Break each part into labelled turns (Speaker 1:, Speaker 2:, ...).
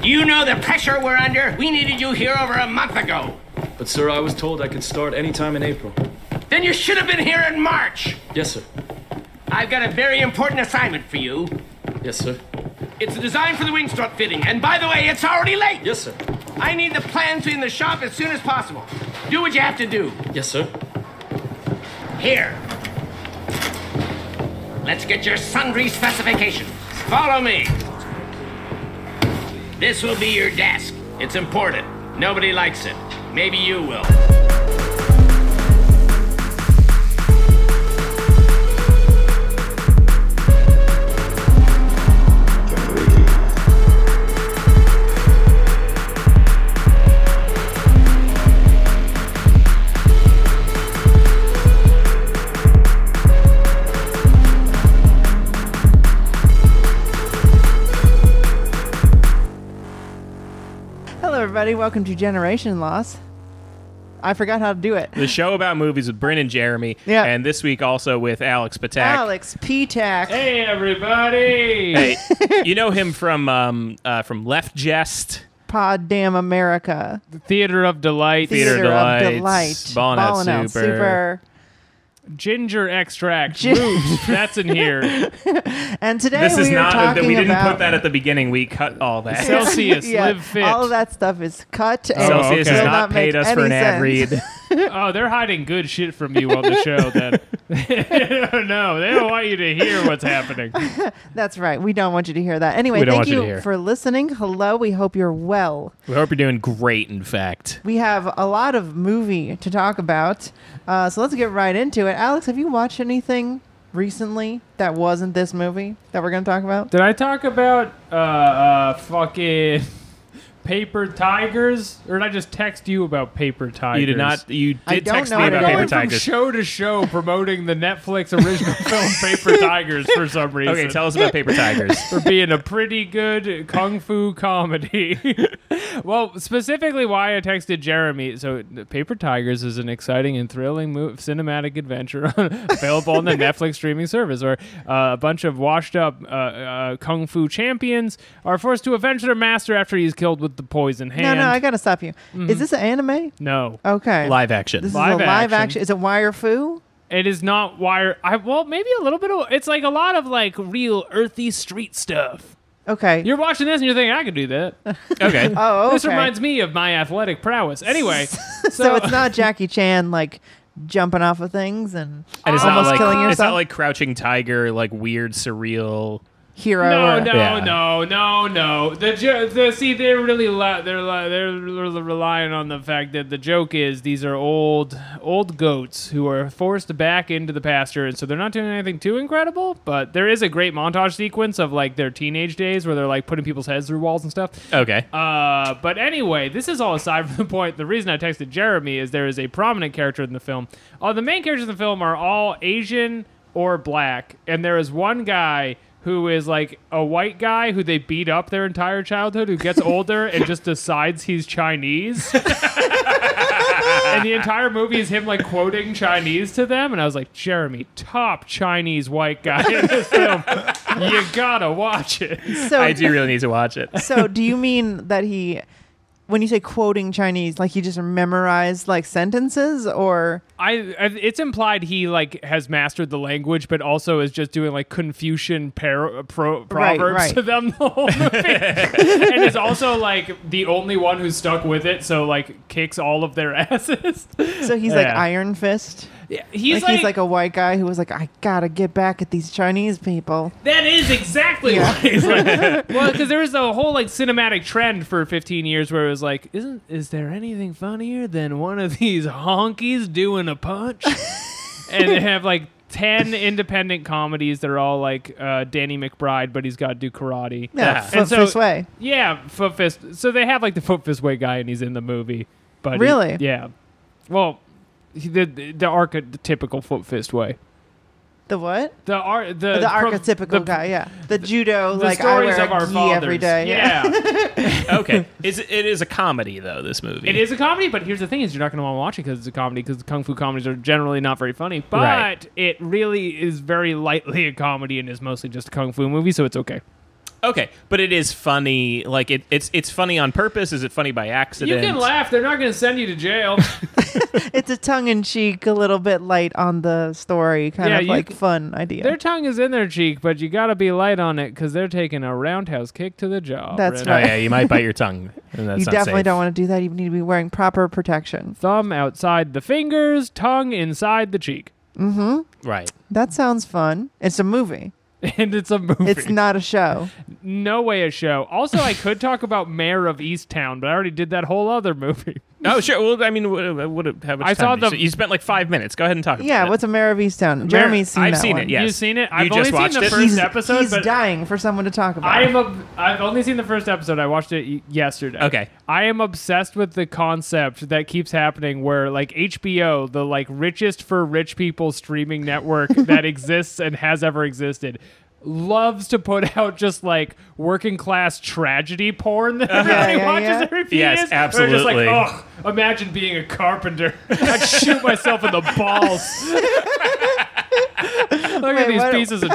Speaker 1: Do you know the pressure we're under? We needed you here over a month ago.
Speaker 2: But, sir, I was told I could start any time in April.
Speaker 1: Then you should have been here in March.
Speaker 2: Yes, sir.
Speaker 1: I've got a very important assignment for you.
Speaker 2: Yes, sir.
Speaker 1: It's a design for the Wingstrut fitting, and by the way, it's already late.
Speaker 2: Yes, sir.
Speaker 1: I need the plans in the shop as soon as possible. Do what you have to do.
Speaker 2: Yes, sir.
Speaker 1: Here. Let's get your sundry specifications. Follow me. This will be your desk. It's important. Nobody likes it. Maybe you will.
Speaker 3: Hello, everybody. Welcome to Generation Loss. I forgot how to do it.
Speaker 4: the show about movies with Bryn and Jeremy.
Speaker 3: Yeah.
Speaker 4: And this week also with Alex Patak.
Speaker 3: Alex P. Tack.
Speaker 2: Hey, everybody!
Speaker 4: Hey, you know him from um, uh, from Left Jest,
Speaker 3: Pod Damn America.
Speaker 5: Theater of Delight,
Speaker 4: Theater
Speaker 3: Theater of
Speaker 4: Delights,
Speaker 3: Delight.
Speaker 4: Ballin' Out
Speaker 3: Ballin' Out
Speaker 4: Super.
Speaker 5: Ginger Extract,
Speaker 3: Gin-
Speaker 5: Roots, that's in here.
Speaker 3: And today
Speaker 4: This
Speaker 3: we
Speaker 4: is
Speaker 3: are
Speaker 4: not.
Speaker 3: talking
Speaker 4: we didn't
Speaker 3: about
Speaker 4: put that at the beginning. We cut all that.
Speaker 5: So- Celsius, Live Fit.
Speaker 3: All of that stuff is cut. And
Speaker 4: Celsius
Speaker 5: okay.
Speaker 4: has
Speaker 3: will
Speaker 4: not,
Speaker 3: make
Speaker 4: paid us for
Speaker 3: any
Speaker 4: an ad
Speaker 3: sense.
Speaker 4: read.
Speaker 5: Oh, they're hiding good shit from you on the show then. no, they don't want you to hear what's happening.
Speaker 3: That's right. We don't want you to hear that. Anyway,
Speaker 4: We don't
Speaker 3: thank
Speaker 4: want you to
Speaker 3: you
Speaker 4: hear.
Speaker 3: for listening. Hello. We hope you're well.
Speaker 4: we hope you're doing great. In fact,
Speaker 3: We have a lot of movie to talk about. Uh, so let's get right into it. Alex, have you watched anything recently that wasn't this movie that we're going to talk about?
Speaker 5: Did I talk about uh, uh, fucking paper tigers, or did I just text you about paper tigers?
Speaker 4: you did not. You
Speaker 3: I
Speaker 4: did
Speaker 3: don't
Speaker 4: text
Speaker 3: know
Speaker 4: me
Speaker 3: what
Speaker 4: about
Speaker 3: it
Speaker 4: paper
Speaker 3: is.
Speaker 5: Going from
Speaker 4: tigers.
Speaker 5: show to show promoting the Netflix original film Paper Tigers for some reason.
Speaker 4: Okay, tell us about paper tigers.
Speaker 5: for being a pretty good kung fu comedy. well, specifically why I texted Jeremy. So, Paper Tigers is an exciting and thrilling mo- cinematic adventure available on the Netflix streaming service, where uh, a bunch of washed-up uh, uh, kung fu champions are forced to avenge their master after he's killed with the poison hand.
Speaker 3: No, no, I Oh. got to stop you. Is this an anime?
Speaker 5: No.
Speaker 3: Okay.
Speaker 4: Mm-hmm. Live action.
Speaker 3: This
Speaker 5: Live
Speaker 3: is a live
Speaker 5: action.
Speaker 3: action. Is it Wire Fu?
Speaker 5: It is not wire. I well, maybe a little bit of. It's like a lot of like real earthy street stuff.
Speaker 3: Okay.
Speaker 5: You're watching this and you're thinking I could do that.
Speaker 4: okay.
Speaker 3: oh, okay.
Speaker 5: This reminds me of my athletic prowess. Anyway,
Speaker 3: so, it's not Jackie Chan like jumping off of things and,
Speaker 4: and it's not
Speaker 3: almost
Speaker 4: like
Speaker 3: killing yourself.
Speaker 4: it's not like crouching tiger, like weird, surreal.
Speaker 3: hero.
Speaker 5: no,
Speaker 3: or-
Speaker 5: no,
Speaker 4: Yeah.
Speaker 5: no, no, no. The, jo- the see, they're really li- they're li- they're re- relying on the fact that the joke is these are old old goats who are forced back into the pasture, and so they're not doing anything too incredible. But there is a great montage sequence of like their teenage days where they're like putting people's heads through walls and stuff.
Speaker 4: Okay.
Speaker 5: Uh, but anyway, this is all aside from the point. The reason I texted Jeremy is there is a prominent character in the film. Uh, the main characters in the film are all Asian or black, and there is one guy who is like a white guy who they beat up their entire childhood, who gets older and just decides he's Chinese. and the entire movie is him like quoting Chinese to them, and I was like, Jeremy, top Chinese white guy in this film. You gotta watch it.
Speaker 3: So
Speaker 4: I do really need to watch it.
Speaker 3: so do you mean that he when you say quoting Chinese, like he just memorized like sentences or
Speaker 5: I, I it's implied he like has mastered the language, but also is just doing like Confucian par- pro-
Speaker 3: Right,
Speaker 5: proverbs
Speaker 3: right.
Speaker 5: to them the whole movie, and is also like the only one who's stuck with it. So like kicks all of their asses.
Speaker 3: so he's like
Speaker 5: Yeah.
Speaker 3: Iron Fist?
Speaker 5: He's
Speaker 3: like, he's like a white guy who was like, I gotta get back at these Chinese people.
Speaker 5: That is exactly
Speaker 3: Yeah.
Speaker 5: what he's like. well, because there was a whole like cinematic trend for 15 years where it was like, isn't is there anything funnier than one of these honkies doing a punch? and they have like 10 independent comedies that are all like uh, Danny McBride, but he's got to do karate.
Speaker 3: Yeah,
Speaker 4: And
Speaker 3: foot
Speaker 5: so-
Speaker 3: fist way.
Speaker 5: Yeah, Foot Fist. So they have like the Foot Fist Way guy, and he's in the movie. But he-
Speaker 3: Really?
Speaker 5: yeah. Well, he- the the, the archetypical Foot Fist Way.
Speaker 3: The what?
Speaker 5: The ar- the,
Speaker 3: Oh, The,
Speaker 5: pro-
Speaker 3: archetypical
Speaker 5: the-
Speaker 3: guy, yeah. The judo,
Speaker 5: the
Speaker 3: like I
Speaker 5: stories
Speaker 3: wear a
Speaker 5: of our
Speaker 3: gi
Speaker 5: fathers.
Speaker 3: every day.
Speaker 5: yeah.
Speaker 4: Okay. It's, it is a comedy though. This movie.
Speaker 5: It is a comedy, but here's the thing: is you're not going to want to watch it because it's a comedy because kung fu comedies are generally not very funny. But
Speaker 4: Right.
Speaker 5: it really is very lightly a comedy and is mostly just a kung fu movie, so it's okay.
Speaker 4: Okay, but it is funny. Like it, it's it's funny on purpose. Is it funny by
Speaker 5: You
Speaker 4: accident?
Speaker 5: can laugh. They're not going to send you to jail.
Speaker 3: It's a tongue in cheek, a little bit light on the story, kind
Speaker 5: Yeah,
Speaker 3: of
Speaker 5: you
Speaker 3: like
Speaker 5: c-
Speaker 3: fun idea.
Speaker 5: their tongue is in their cheek, but you got to be light on it because they're taking a roundhouse kick to the jaw.
Speaker 3: That's
Speaker 5: Brett.
Speaker 4: Oh
Speaker 3: right.
Speaker 4: yeah, you might bite your tongue. And that's
Speaker 3: you
Speaker 4: not
Speaker 3: definitely
Speaker 4: safe.
Speaker 3: don't want to do that. You need to be wearing proper protection.
Speaker 5: Thumb outside the fingers, tongue inside the cheek.
Speaker 4: Right.
Speaker 3: That sounds fun. It's a movie.
Speaker 5: And it's a movie.
Speaker 3: It's not a show.
Speaker 5: no way a show. Also, I could talk about Mayor of Easttown, but I already did that whole other movie.
Speaker 4: Oh sure. Well, I mean, what, what, how much time
Speaker 5: I saw
Speaker 4: did you-
Speaker 5: the-
Speaker 4: You spent like five minutes. Go ahead and talk.
Speaker 3: Yeah,
Speaker 4: about
Speaker 3: what's a Mayor of Easttown? Jeremy's seen
Speaker 4: I've
Speaker 3: that
Speaker 4: seen
Speaker 3: one.
Speaker 4: it, yeah. Yes.
Speaker 5: You've seen it?
Speaker 4: You
Speaker 5: I've
Speaker 4: just
Speaker 5: only seen
Speaker 4: watched
Speaker 5: the
Speaker 4: it?
Speaker 5: first
Speaker 3: He's,
Speaker 5: episode,
Speaker 3: he's
Speaker 5: but
Speaker 3: dying for someone to talk about.
Speaker 5: I am. Ob- I've only seen the first episode. I watched it y- yesterday.
Speaker 4: Okay.
Speaker 5: I am obsessed with the concept that keeps happening, where like HBO, the like richest for rich people streaming network that exists and has ever existed. Loves to put out just like working class tragedy porn that everybody
Speaker 3: yeah,
Speaker 5: watches
Speaker 3: yeah.
Speaker 5: every few
Speaker 4: Uh-huh. Yes,
Speaker 5: years. They're just like,
Speaker 4: absolutely.
Speaker 5: oh, imagine being a carpenter. I'd shoot myself in the balls. Look
Speaker 3: Wait,
Speaker 5: at these
Speaker 3: what-
Speaker 5: pieces of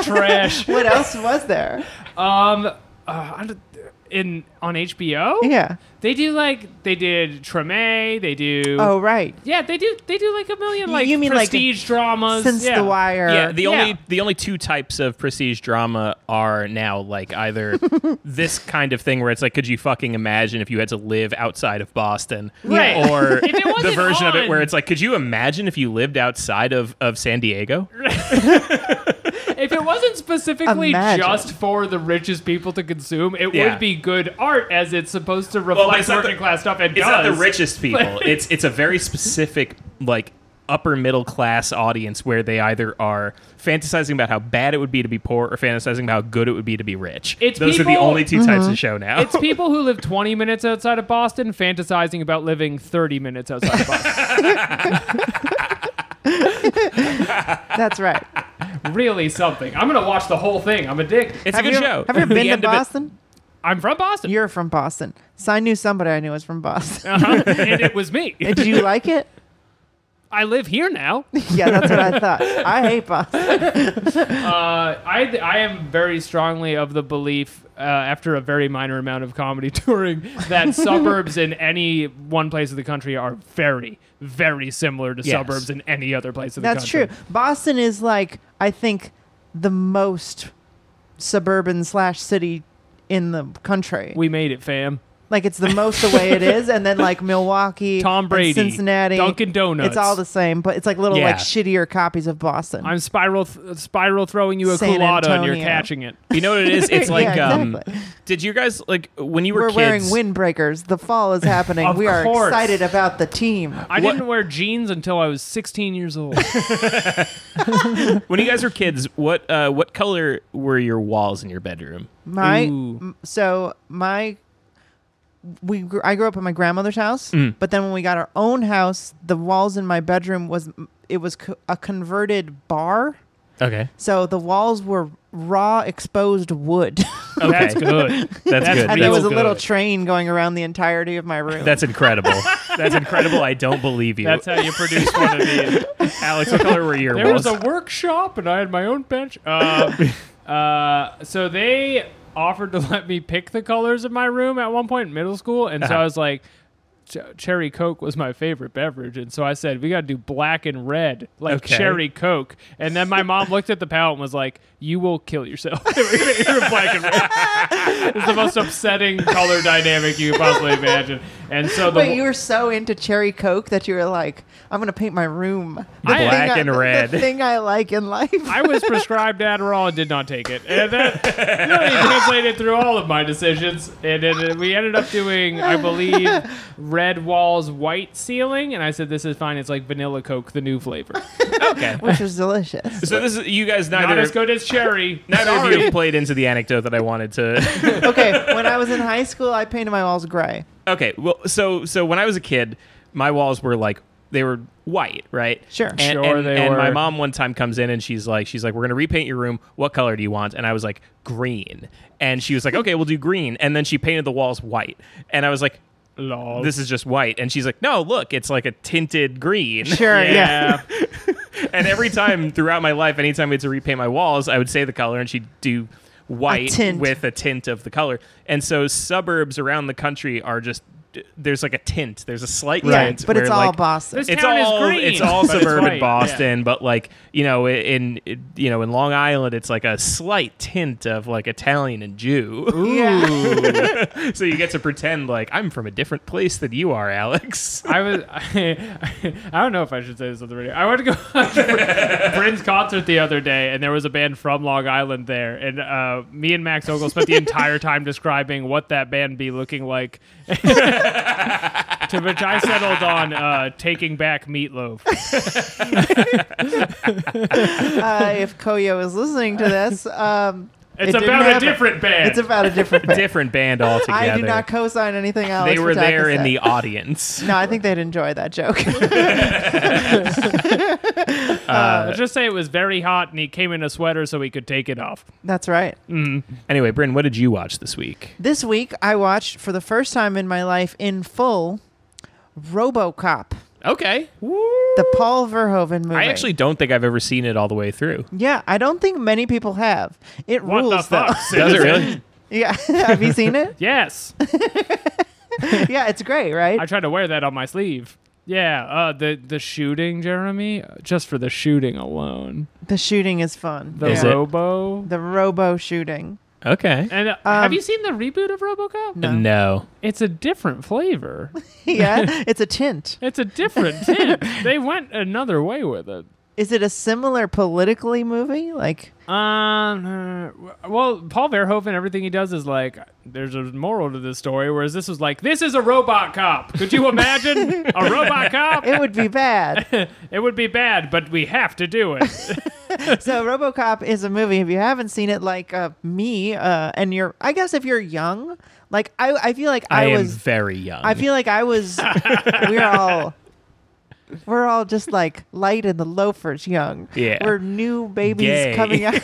Speaker 5: trash.
Speaker 3: what else was there?
Speaker 5: Um, uh, I don't- in on HBO,
Speaker 3: Yeah.
Speaker 5: they do like they did Treme, they do
Speaker 3: Oh right.
Speaker 5: yeah, they do they do like a million
Speaker 3: You-
Speaker 5: like
Speaker 3: you mean, like,
Speaker 5: prestige dramas
Speaker 3: Since
Speaker 5: yeah.
Speaker 3: The Wire.
Speaker 4: Yeah, the
Speaker 5: Yeah.
Speaker 4: only the only two types of prestige drama are now like either this kind of thing where it's like, could you fucking imagine if you had to live outside of Boston,
Speaker 5: Right.
Speaker 4: Or
Speaker 5: If it
Speaker 4: the
Speaker 5: wasn't
Speaker 4: version of it where
Speaker 5: on-
Speaker 4: it's like, could you imagine if you lived outside of of San Diego?
Speaker 5: If it wasn't specifically
Speaker 3: Imagine.
Speaker 5: just for the richest people to consume, it
Speaker 4: Yeah.
Speaker 5: would be good art as it's supposed to reflect
Speaker 4: it's not the-
Speaker 5: working class stuff. and
Speaker 4: It's not
Speaker 5: does.
Speaker 4: the richest people. it's it's a very specific like upper middle class audience where they either are fantasizing about how bad it would be to be poor or fantasizing about how good it would be to be rich.
Speaker 5: It's
Speaker 4: Those are the
Speaker 5: people-
Speaker 4: only 2
Speaker 3: Mm-hmm.
Speaker 4: types of show now.
Speaker 5: It's people who live 20 minutes outside of Boston fantasizing about living 30 minutes outside of Boston.
Speaker 3: That's right.
Speaker 5: really something. I'm going to watch the whole thing. I'm addicted.
Speaker 4: It's
Speaker 3: have
Speaker 4: a good
Speaker 3: you
Speaker 4: show.
Speaker 3: have you ever
Speaker 4: The
Speaker 3: been to
Speaker 4: end of it-
Speaker 3: Boston?
Speaker 5: I'm from Boston.
Speaker 3: You're from Boston. So I knew somebody I knew was from Boston.
Speaker 5: Uh-huh. and it was me.
Speaker 3: Did you like it?
Speaker 5: I live here now.
Speaker 3: Yeah, that's what I thought. I hate Boston.
Speaker 5: Uh, I I am very strongly of the belief, uh, after a very minor amount of comedy touring, that suburbs in any one place of the country are very, very similar to
Speaker 4: Yes.
Speaker 5: suburbs in any other place of the
Speaker 3: That's
Speaker 5: country.
Speaker 3: true. Boston is like I think the most suburban slash city in the country.
Speaker 5: We made it, fam.
Speaker 3: Like it's the most the way it is, and then like Milwaukee,
Speaker 5: Tom
Speaker 3: and
Speaker 5: Brady,
Speaker 3: Cincinnati,
Speaker 5: Dunkin' Donuts.
Speaker 3: It's all the same, but it's like little like
Speaker 4: Yeah.
Speaker 3: shittier copies of Boston.
Speaker 5: I'm spiral th- spiral throwing you a
Speaker 3: San
Speaker 5: culotta and
Speaker 3: Antonio.
Speaker 5: you're catching it.
Speaker 4: You know what it is? It's
Speaker 3: Yeah,
Speaker 4: like
Speaker 3: exactly.
Speaker 4: um did you guys like when you were,
Speaker 3: We're
Speaker 4: kids
Speaker 3: wearing windbreakers. The fall is happening.
Speaker 5: Of
Speaker 3: we are
Speaker 5: course.
Speaker 3: excited about the team.
Speaker 5: I
Speaker 4: What-
Speaker 5: didn't wear jeans until I was 16 years old.
Speaker 4: when you guys were kids, what uh what color were your walls in your bedroom?
Speaker 3: My
Speaker 5: Ooh.
Speaker 3: m- so my we gr- I grew up at my grandmother's house,
Speaker 5: Mm.
Speaker 3: but then when we got our own house, the walls in my bedroom was it was co- a converted bar.
Speaker 4: Okay.
Speaker 3: So the walls were raw exposed wood.
Speaker 4: Okay.
Speaker 5: That's good.
Speaker 4: That's,
Speaker 5: That's
Speaker 4: good.
Speaker 3: and
Speaker 5: real
Speaker 3: there
Speaker 4: That's,
Speaker 3: was a little
Speaker 5: good.
Speaker 3: train going around the entirety of my room.
Speaker 4: that's incredible. That's incredible. I don't believe you.
Speaker 5: That's how you produce one of these.
Speaker 4: Alex, what color were your
Speaker 5: There
Speaker 4: walls?
Speaker 5: was a workshop, and I had my own bench. Um, uh, so they offered to let me pick the colors of my room at one point in middle school, and so I
Speaker 4: Uh-huh.
Speaker 5: was like, ch- cherry Coke was my favorite beverage, and so I said we got to do black and red, like
Speaker 4: Okay.
Speaker 5: cherry Coke. And then my mom looked at the palette and was like, "You will kill yourself." You're black and red. it's the most upsetting color dynamic you could possibly imagine. And so the
Speaker 3: But you were so into cherry coke that you were like, I'm gonna paint my room the
Speaker 5: I-
Speaker 4: black and red.
Speaker 3: the thing I like in life.
Speaker 5: I was prescribed Adderall and did not take it. And that really translated through all of my decisions. And then uh, we ended up doing, I believe, red walls, white ceiling. And I said, this is fine. It's like vanilla Coke, the new flavor.
Speaker 4: okay.
Speaker 3: which was delicious.
Speaker 4: So this is you guys neither
Speaker 5: Not as good as cherry.
Speaker 4: neither of
Speaker 5: Sorry.
Speaker 4: you played into the anecdote that I wanted to.
Speaker 3: okay, when I was in high school, I painted my walls gray.
Speaker 4: okay. Well, so so when I was a kid, my walls were like they were white, right?
Speaker 3: Sure.
Speaker 4: And,
Speaker 5: Sure
Speaker 4: and-
Speaker 5: they
Speaker 4: and my
Speaker 5: were.
Speaker 4: mom one time comes in and she's like, she's like, we're gonna repaint your room. What color do you want? And I was like, green. And she was like, okay, we'll do green. And then she painted the walls white. And I was like,
Speaker 5: Lol.
Speaker 4: this is just white. And she's like, no, look, it's like a tinted green.
Speaker 3: Sure, yeah.
Speaker 5: yeah.
Speaker 4: And every time throughout my life, anytime we had to repaint my walls, I would say the color, and she'd do white
Speaker 3: tint.
Speaker 4: with a tint of the color. And so suburbs around the country are just there's like a tint. There's a slight
Speaker 3: yeah,
Speaker 4: tint,
Speaker 3: but it's
Speaker 4: where,
Speaker 3: all
Speaker 4: like,
Speaker 3: Boston.
Speaker 5: This town is
Speaker 4: all
Speaker 5: green,
Speaker 4: it's all
Speaker 5: but it's
Speaker 4: suburban
Speaker 5: white.
Speaker 4: Boston, but like you know, i- in it- you know in Long Island, it's like a slight tint of like Italian and Jew.
Speaker 3: Yeah.
Speaker 4: so you get to pretend like I'm from a different place than you are, Alex.
Speaker 5: I was. I, don't know if I should say this on the radio. I went to go to Bryn's concert the other day, and there was a band from Long Island there, and uh, me and Max Ogle spent the entire time describing what that band be looking like. to which I settled on uh, taking back meatloaf.
Speaker 3: uh, if Koyo is listening to this, um,
Speaker 5: It's
Speaker 3: it didn't
Speaker 5: about a
Speaker 3: happen.
Speaker 5: different band.
Speaker 3: It's about a different. band.
Speaker 4: different band altogether.
Speaker 3: I do not co-sign anything else.
Speaker 4: they were there in the audience.
Speaker 3: No, I think they'd enjoy that joke.
Speaker 5: Let's Uh, just say it was very hot, and he came in a sweater so he could take it off.
Speaker 3: That's right.
Speaker 4: Anyway, Bryn, what did you watch this week?
Speaker 3: This week, I watched for the first time in my life in full RoboCop,
Speaker 4: Okay,
Speaker 3: the Paul Verhoeven movie.
Speaker 4: I actually don't think I've ever seen it all the way through.
Speaker 3: yeah, I don't think many people have. It
Speaker 5: What
Speaker 3: rules
Speaker 5: the fuck?
Speaker 3: though.
Speaker 4: Does it really?
Speaker 3: Yeah, have you seen it?
Speaker 5: Yes,
Speaker 3: Yeah, it's great, right?
Speaker 5: I tried to wear that on my sleeve. Yeah, uh, the the shooting, Jeremy. Just for the shooting alone,
Speaker 3: the shooting is fun.
Speaker 5: the
Speaker 4: Is
Speaker 3: yeah.
Speaker 4: it-
Speaker 5: Robo.
Speaker 3: The Robo shooting.
Speaker 4: Okay.
Speaker 5: And uh, have you seen the reboot of RoboCop?
Speaker 3: No.
Speaker 4: No.
Speaker 5: It's a different flavor.
Speaker 3: yeah, it's a tint.
Speaker 5: It's a different tint. They went another way with it.
Speaker 3: Is it a similar politically movie? Like,
Speaker 5: Um, uh, well, Paul Verhoeven, everything he does is like there's a moral to this story. Whereas this was like, this is a robot cop. Could you imagine a robot cop?
Speaker 3: it would be bad.
Speaker 5: It would be bad, but we have to do it.
Speaker 3: So RoboCop is a movie. If you haven't seen it, like uh, me, uh, and you're, I guess if you're young, like I, I feel like I,
Speaker 4: I, am
Speaker 3: was,
Speaker 4: very young.
Speaker 3: I feel like I was. we're all, we're all just like light in the loafers, young.
Speaker 4: Yeah.
Speaker 3: we're new babies
Speaker 4: Gay.
Speaker 3: coming out.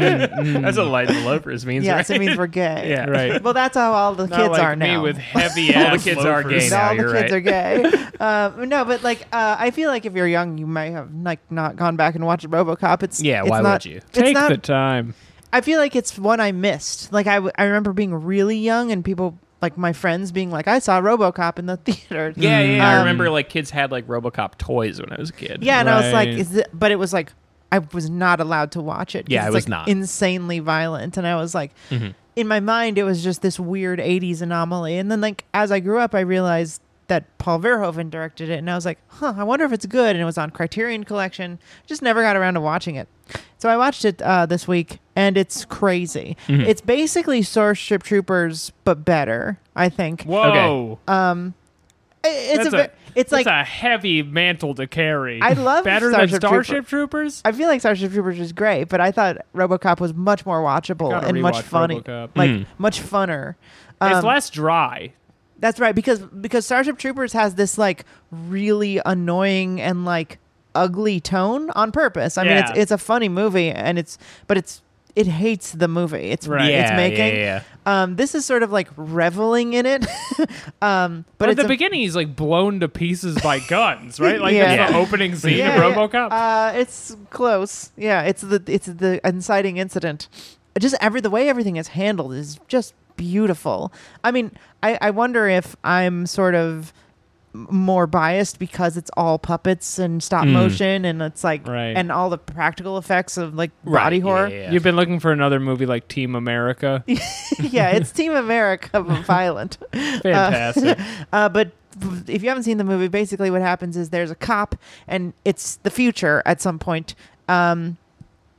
Speaker 4: That's what light in the loafers means,
Speaker 3: yes,
Speaker 4: right?
Speaker 3: it means we're gay.
Speaker 4: yeah.
Speaker 5: right.
Speaker 3: Well, that's how all the
Speaker 5: Not
Speaker 3: kids
Speaker 5: like
Speaker 3: are
Speaker 5: me
Speaker 3: now.
Speaker 5: with heavy
Speaker 4: All the
Speaker 5: ass.
Speaker 4: kids are
Speaker 5: loafers.
Speaker 4: gay
Speaker 3: So
Speaker 4: now.
Speaker 3: all the
Speaker 4: you're
Speaker 3: kids
Speaker 4: right.
Speaker 3: are gay. um, no, but like uh, I feel like if you're young, you might have like not gone back and watched RoboCop. It's
Speaker 4: Yeah,
Speaker 3: it's
Speaker 4: why would
Speaker 3: not-
Speaker 4: you?
Speaker 3: it's
Speaker 5: Take
Speaker 3: not
Speaker 5: the time.
Speaker 3: I feel like it's one I missed. Like I, w- I remember being really young and people like my friends being like, I saw RoboCop in the theater.
Speaker 4: Yeah, yeah. yeah. I
Speaker 3: Um,
Speaker 4: remember like kids had like RoboCop toys when I was a kid.
Speaker 3: Yeah, and I was like,
Speaker 5: Right.
Speaker 3: is it? But it was like I was not allowed to watch it. 'cause
Speaker 4: Yeah,
Speaker 3: it's
Speaker 4: I was
Speaker 3: like
Speaker 4: not.
Speaker 3: insanely violent, and I was like, in my mind, it was just this weird '80s anomaly. And then like as I grew up, I realized that Paul Verhoeven directed it, and I was like, huh, I wonder if it's good. And it was on Criterion Collection. Just never got around to watching it. So I watched it uh, this week, and it's crazy. It's basically Starship Troopers, but better, I think.
Speaker 5: Whoa.
Speaker 3: I- It's
Speaker 5: That's
Speaker 3: a, ve- it's like
Speaker 5: that's a heavy mantle to carry.
Speaker 3: I love
Speaker 5: better than
Speaker 3: Starship
Speaker 5: Starship Troopers.
Speaker 3: I feel like Starship Troopers is great, but I thought RoboCop was much more watchable
Speaker 5: Gotta
Speaker 3: and much
Speaker 5: rewatch
Speaker 3: funny,
Speaker 5: RoboCop.
Speaker 3: like
Speaker 4: Hmm.
Speaker 3: much funner. Um,
Speaker 5: it's less dry.
Speaker 3: That's right because because Starship Troopers has this like really annoying and like ugly tone on purpose. I mean, it's
Speaker 5: Yeah.
Speaker 3: it's a funny movie and it's but it's it hates the movie. It's
Speaker 5: Right.
Speaker 3: it's
Speaker 4: Yeah,
Speaker 3: making.
Speaker 4: yeah, yeah.
Speaker 3: Um, this is sort of like reveling in it. um, but
Speaker 5: But at
Speaker 3: it's
Speaker 5: the
Speaker 3: a-
Speaker 5: beginning, he's like blown to pieces by guns, right? Like
Speaker 3: Yeah.
Speaker 5: that's the
Speaker 4: Yeah.
Speaker 5: opening scene
Speaker 3: yeah,
Speaker 5: of
Speaker 3: yeah.
Speaker 5: RoboCop.
Speaker 3: Uh, it's close. Yeah, it's the it's the inciting incident. Just every the way everything is handled is just beautiful. I mean, I, I wonder if I'm sort of m- more biased because it's all puppets and stop
Speaker 4: Mm.
Speaker 3: motion and it's like
Speaker 5: Right.
Speaker 3: and all the practical effects of like
Speaker 4: Right,
Speaker 3: body
Speaker 4: yeah,
Speaker 3: horror.
Speaker 4: yeah,
Speaker 3: Yeah,
Speaker 4: yeah.
Speaker 5: You've been looking for another movie like Team America.
Speaker 3: it's Team America but violent.
Speaker 5: Fantastic.
Speaker 3: Uh, but if you haven't seen the movie, basically what happens is there's a cop, and it's the future at some point. Um,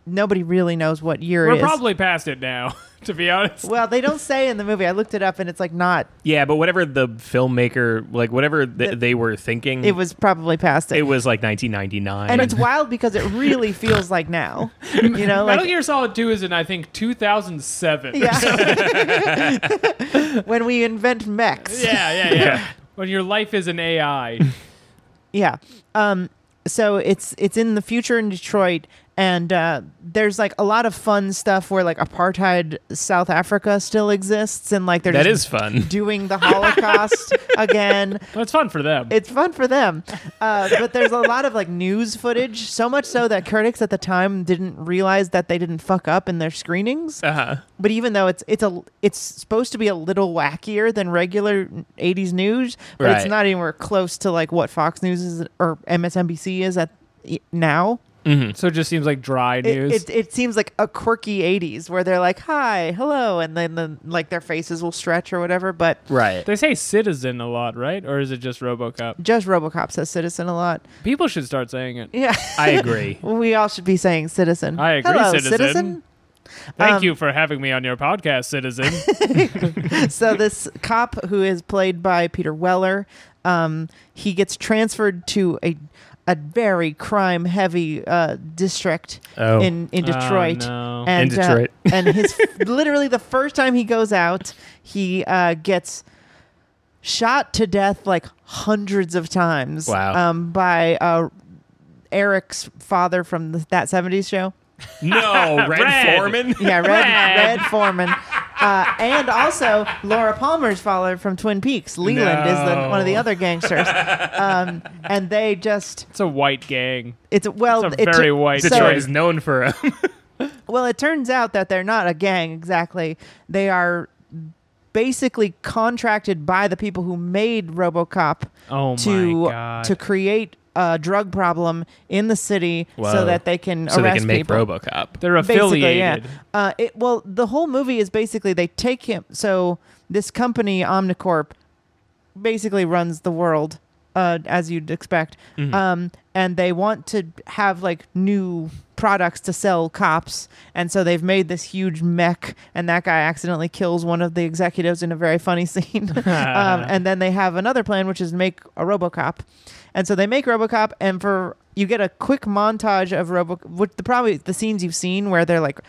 Speaker 3: nobody really knows what year
Speaker 5: We're
Speaker 3: it is.
Speaker 5: probably past it now, to be honest.
Speaker 3: well, they don't say in the movie. I looked it up, and it's like not.
Speaker 4: Yeah, but whatever the filmmaker, like whatever th- they were thinking,
Speaker 5: Mm.
Speaker 3: It was probably past it.
Speaker 4: it was like 1999.
Speaker 3: and it's wild because it really feels like now. You know,
Speaker 5: Metal
Speaker 3: like
Speaker 5: Gear Solid 2 is in, I think, 2007.
Speaker 3: yeah. when we invent mechs.
Speaker 5: yeah, yeah, yeah. When your life is an AI.
Speaker 3: Yeah. Um so it's it's in the future in Detroit and uh, there's like a lot of fun stuff where like apartheid South Africa still exists, and like they're
Speaker 4: That
Speaker 3: just
Speaker 4: is fun.
Speaker 3: doing the Holocaust again.
Speaker 5: Well, it's fun for them.
Speaker 3: It's fun for them, uh, but there's a lot of like news footage. So much so that critics at the time didn't realize that they didn't fuck up in their screenings.
Speaker 4: Uh huh.
Speaker 3: But even though it's it's a it's supposed to be a little wackier than regular '80s news, but it's
Speaker 4: Right.
Speaker 3: not anywhere close to like what Fox News is or MSNBC is at e- now.
Speaker 5: so it just seems like dry
Speaker 3: It,
Speaker 5: news.
Speaker 3: it, it seems like a quirky 80s where they're like, hi, hello, and then the, like their faces will stretch or whatever. But
Speaker 4: Right.
Speaker 5: they say citizen a lot, right? Or is it just RoboCop?
Speaker 3: just Robocop says citizen a lot.
Speaker 5: People should start saying it.
Speaker 3: Yeah.
Speaker 4: I agree.
Speaker 3: we all should be saying citizen.
Speaker 5: I agree,
Speaker 3: hello,
Speaker 5: citizen. Thank
Speaker 3: Um,
Speaker 5: you for having me on your podcast, citizen.
Speaker 3: so this cop who is played by Peter Weller, um, he gets transferred to a a very crime heavy uh, district
Speaker 4: Oh.
Speaker 3: in in
Speaker 5: Oh,
Speaker 3: Detroit.
Speaker 5: no.
Speaker 3: And
Speaker 4: In
Speaker 3: uh,
Speaker 4: Detroit.
Speaker 3: and his literally the first time he goes out, he uh, gets shot to death like hundreds of times
Speaker 4: Wow.
Speaker 3: um, by uh, Eric's father from the, that 70s show
Speaker 4: No, Red,
Speaker 5: Red.
Speaker 4: Foreman.
Speaker 3: yeah, Red, Red Foreman. Uh, and also Laura Palmer's father from Twin Peaks, Leland, is the,
Speaker 4: No.
Speaker 3: one of the other gangsters. Um, and they just,
Speaker 5: it's a white gang.
Speaker 3: it's well,
Speaker 5: It's a
Speaker 3: it
Speaker 5: very
Speaker 3: tu-
Speaker 5: white
Speaker 3: so-
Speaker 4: Detroit is known for him.
Speaker 3: well, it turns out that they're not a gang exactly. They are basically contracted by the people who made RoboCop
Speaker 5: Oh
Speaker 3: to
Speaker 5: my god.
Speaker 3: to create a drug problem in the city
Speaker 4: Whoa.
Speaker 3: so that they can
Speaker 4: so they
Speaker 3: arrest
Speaker 4: can make
Speaker 3: people.
Speaker 4: RoboCop.
Speaker 5: They're
Speaker 3: basically yeah
Speaker 5: affiliated.
Speaker 3: uh, it, well the whole movie is basically they take him so this company omnicorp basically runs the world uh, as you'd expect um, and they want to have like new products to sell cops and so they've made this huge mech and that guy accidentally kills one of the executives in a very funny scene um, and then they have another plan which is make a robocop and so they make robocop and for you get a quick montage of robo what the probably the scenes you've seen where they're like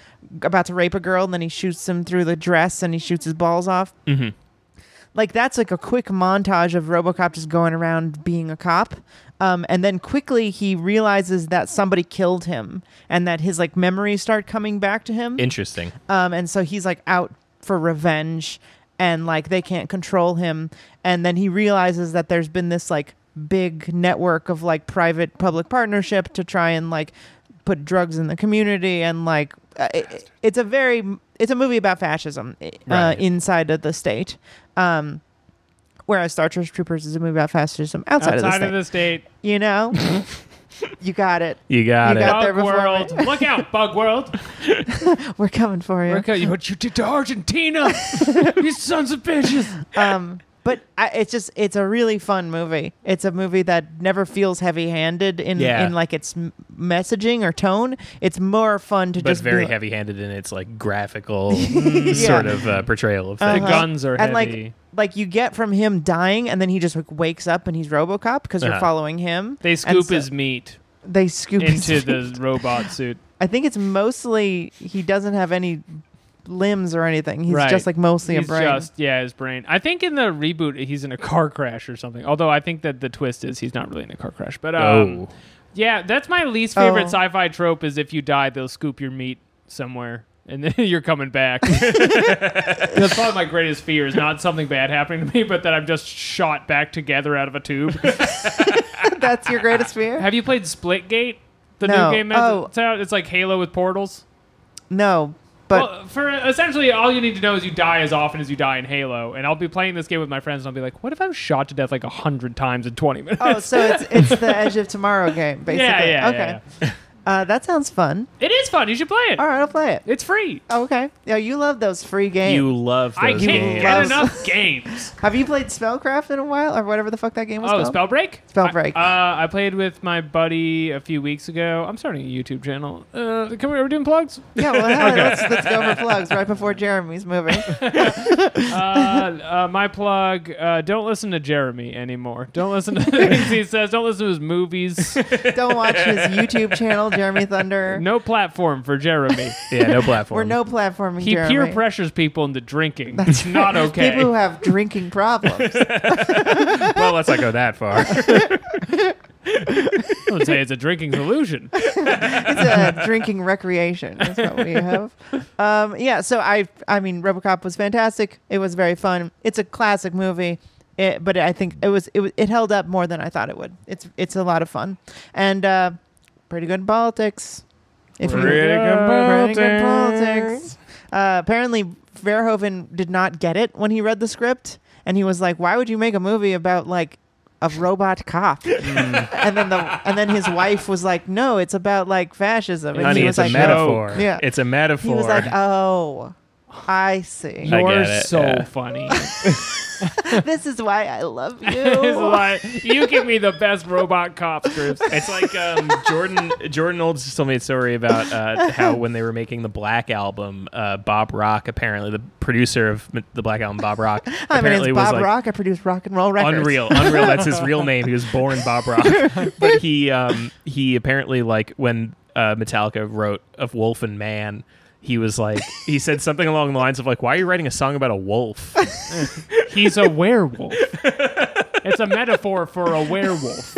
Speaker 3: about to rape a girl and then he shoots him through the dress and he shoots his balls off like that's like a quick montage of RoboCop just going around being a cop. Um, and then quickly he realizes that somebody killed him and that his like memories start coming back to him.
Speaker 4: Interesting.
Speaker 3: Um, and so he's like out for revenge and like they can't control him. And then he realizes that there's been this like big network of like private public partnership to try and like put drugs in the community and like uh, it, it's a very it's a movie about fascism uh,
Speaker 4: Right.
Speaker 3: inside of the state. Um, whereas Star Trek Troopers is a movie about fascism outside,
Speaker 5: Outside
Speaker 3: of
Speaker 5: of
Speaker 3: the state.
Speaker 5: the state.
Speaker 3: you know, you got it.
Speaker 4: You got
Speaker 3: You
Speaker 4: it.
Speaker 3: got- Out there
Speaker 5: Bug
Speaker 3: before
Speaker 5: world. Look out, bug world.
Speaker 3: We're coming for you.
Speaker 5: Look out, you what you did to Argentina. you sons of bitches.
Speaker 3: Um, but I, it's just it's a really fun movie. It's a movie that never feels heavy-handed in
Speaker 4: Yeah.
Speaker 3: in like its m- messaging or tone. It's more fun to
Speaker 4: but
Speaker 3: just
Speaker 4: very
Speaker 3: be,
Speaker 4: heavy-handed in its like graphical
Speaker 3: Yeah.
Speaker 4: sort of uh, portrayal of
Speaker 5: The
Speaker 4: things.
Speaker 5: guns are
Speaker 3: uh-huh. and
Speaker 5: heavy.
Speaker 3: like like you get from him dying, and then he just like wakes up and he's RoboCop because you're
Speaker 4: Uh-huh.
Speaker 3: following him.
Speaker 5: they
Speaker 3: And
Speaker 5: scoop
Speaker 3: so-
Speaker 5: his meat
Speaker 3: they scoop his
Speaker 5: into
Speaker 3: feet.
Speaker 5: the robot suit.
Speaker 3: I think it's mostly he doesn't have any limbs or anything. He's
Speaker 5: Right.
Speaker 3: just like mostly
Speaker 5: He's
Speaker 3: a brain.
Speaker 5: just yeah, his brain. I think in the reboot he's in a car crash or something. Although I think that the twist is he's not really in a car crash. But um,
Speaker 4: oh,
Speaker 5: yeah, that's my least
Speaker 3: Oh.
Speaker 5: favorite sci-fi trope is if you die, they'll scoop your meat somewhere. And then you're coming back. That's probably my greatest fear is not something bad happening to me, but that I'm just shot back together out of a tube.
Speaker 3: That's your greatest fear?
Speaker 5: Have you played Splitgate? The
Speaker 3: No.
Speaker 5: new game
Speaker 3: Oh.
Speaker 5: that's out. It's like Halo with portals.
Speaker 3: No, but
Speaker 5: well, for essentially all you need to know is you die as often as you die in Halo, and I'll be playing this game with my friends, and I'll be like, "What if I was shot to death like a hundred times in twenty minutes?"
Speaker 3: oh, so it's it's the Edge of Tomorrow game basically.
Speaker 5: yeah, yeah,
Speaker 3: okay.
Speaker 5: yeah,
Speaker 3: Uh, that sounds fun.
Speaker 5: yeah. It is fun. You should play it.
Speaker 3: All right, I'll play it.
Speaker 5: It's free.
Speaker 3: Oh, okay. Yeah, you love those free games.
Speaker 4: you love
Speaker 5: I
Speaker 4: those
Speaker 5: can't
Speaker 4: games.
Speaker 5: get
Speaker 3: Love-
Speaker 5: enough games.
Speaker 3: Have you played Spellcraft in a while, or whatever the fuck that game was
Speaker 5: Oh,
Speaker 3: called?
Speaker 5: Spellbreak?
Speaker 3: Spellbreak.
Speaker 5: I, uh, I played with my buddy a few weeks ago. I'm starting a YouTube channel. Uh, can we, are we doing plugs?
Speaker 3: yeah, well, hell, let's, let's go for plugs right before Jeremy's moving.
Speaker 5: uh, uh, my plug: uh, Don't listen to Jeremy anymore. Don't listen to things he says. Don't listen to his movies.
Speaker 3: Don't watch his YouTube channel, Jeremy Thunder.
Speaker 5: No platform for Jeremy.
Speaker 4: Yeah, no platform.
Speaker 3: We're no platforming
Speaker 5: He
Speaker 3: Jeremy.
Speaker 5: peer pressures people into drinking. That's not okay.
Speaker 3: People who have drinking problems.
Speaker 4: well, let's not go that far.
Speaker 5: I would say it's a drinking solution.
Speaker 3: it's a drinking recreation. That's what we have. Um, yeah. So I, I mean, RoboCop was fantastic. It was very fun. It's a classic movie. It, but I think it was it, wa- it held up more than I thought it would. It's it's a lot of fun and uh, pretty good politics. If you- pretty good politics. Uh, apparently, Verhoeven did not get it when he read the script, and he was like, "Why would you make a movie about like a robot
Speaker 4: Hmm.
Speaker 3: cop?" and then the and then his wife was like, "No, it's about like fascism." And
Speaker 4: Honey,
Speaker 3: he
Speaker 4: it's
Speaker 3: was
Speaker 4: a
Speaker 3: like,
Speaker 4: metaphor.
Speaker 3: "No." Yeah,
Speaker 4: It's a metaphor.
Speaker 3: he was like, "Oh." I see.
Speaker 4: I
Speaker 5: You're
Speaker 4: get it,
Speaker 5: so
Speaker 4: yeah.
Speaker 5: funny.
Speaker 3: This is why I love you.
Speaker 5: It's like, you give me the best robot cop scripts.
Speaker 4: It's like um, Jordan Jordan Olds just told me a story about uh, how when they were making the Black album, uh, Bob Rock apparently the producer of m- the Black album, Bob Rock,
Speaker 3: Hi, my
Speaker 4: apparently
Speaker 3: name's
Speaker 4: was
Speaker 3: Bob
Speaker 4: like
Speaker 3: Rock. I produce rock and roll records.
Speaker 4: unreal, unreal. That's his real name. He was born Bob Rock, but he um, he apparently like when uh, Metallica wrote of Wolf and Man. He was like, he said something along the lines of like, "Why are you writing a song about a wolf?"
Speaker 5: He's a werewolf. It's a metaphor for a werewolf.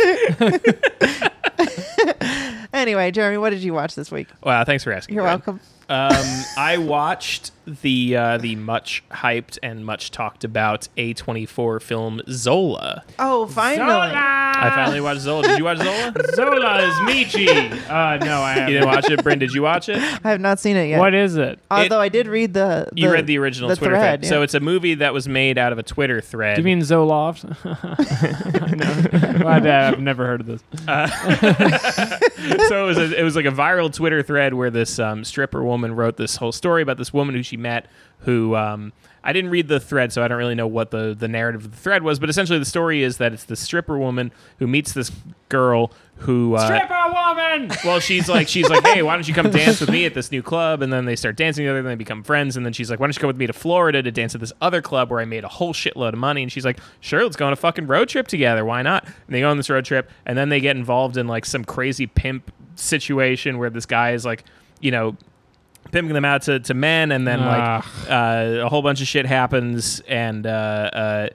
Speaker 3: Anyway, Jeremy, what did you watch this week?
Speaker 4: wow, thanks for asking.
Speaker 3: You're
Speaker 4: Brad.
Speaker 3: welcome.
Speaker 4: Um, I watched the uh, the much hyped and much talked about A24 film Zola.
Speaker 3: Oh, finally.
Speaker 4: I
Speaker 5: Zola!
Speaker 4: finally watched Zola. Did you watch Zola?
Speaker 5: Zola is Michi. Uh, no, I
Speaker 4: You
Speaker 5: haven't.
Speaker 4: didn't watch it, Bryn? Did you watch it?
Speaker 3: I have not seen it yet.
Speaker 5: What is it?
Speaker 3: Although I did read the,
Speaker 4: You read the original Twitter
Speaker 3: thread.
Speaker 4: thread. So it's a movie that was made out of a Twitter thread.
Speaker 5: Do you mean Zoloft? no. My dad, I've never heard of this.
Speaker 4: so it was a, it was like a viral Twitter thread where this um, stripper woman wrote this whole story about this woman who she met who um, I didn't read the thread so I don't really know what the the narrative of the thread was but essentially the story is that it's the stripper woman who meets this girl who uh,
Speaker 5: Stripper woman!
Speaker 4: well, she's like, she's like, hey, why don't you come dance with me at this new club? And then they start dancing together, and they become friends. And then she's like, why don't you come with me to Florida to dance at this other club where I made a whole shitload of money? And she's like, sure, let's go on a fucking road trip together. Why not? And they go on this road trip, and then they get involved in like some crazy pimp situation where this guy is like, you know, pimping them out to, to men, and then
Speaker 5: Ugh.
Speaker 4: like uh, a whole bunch of shit happens, and. Uh, uh,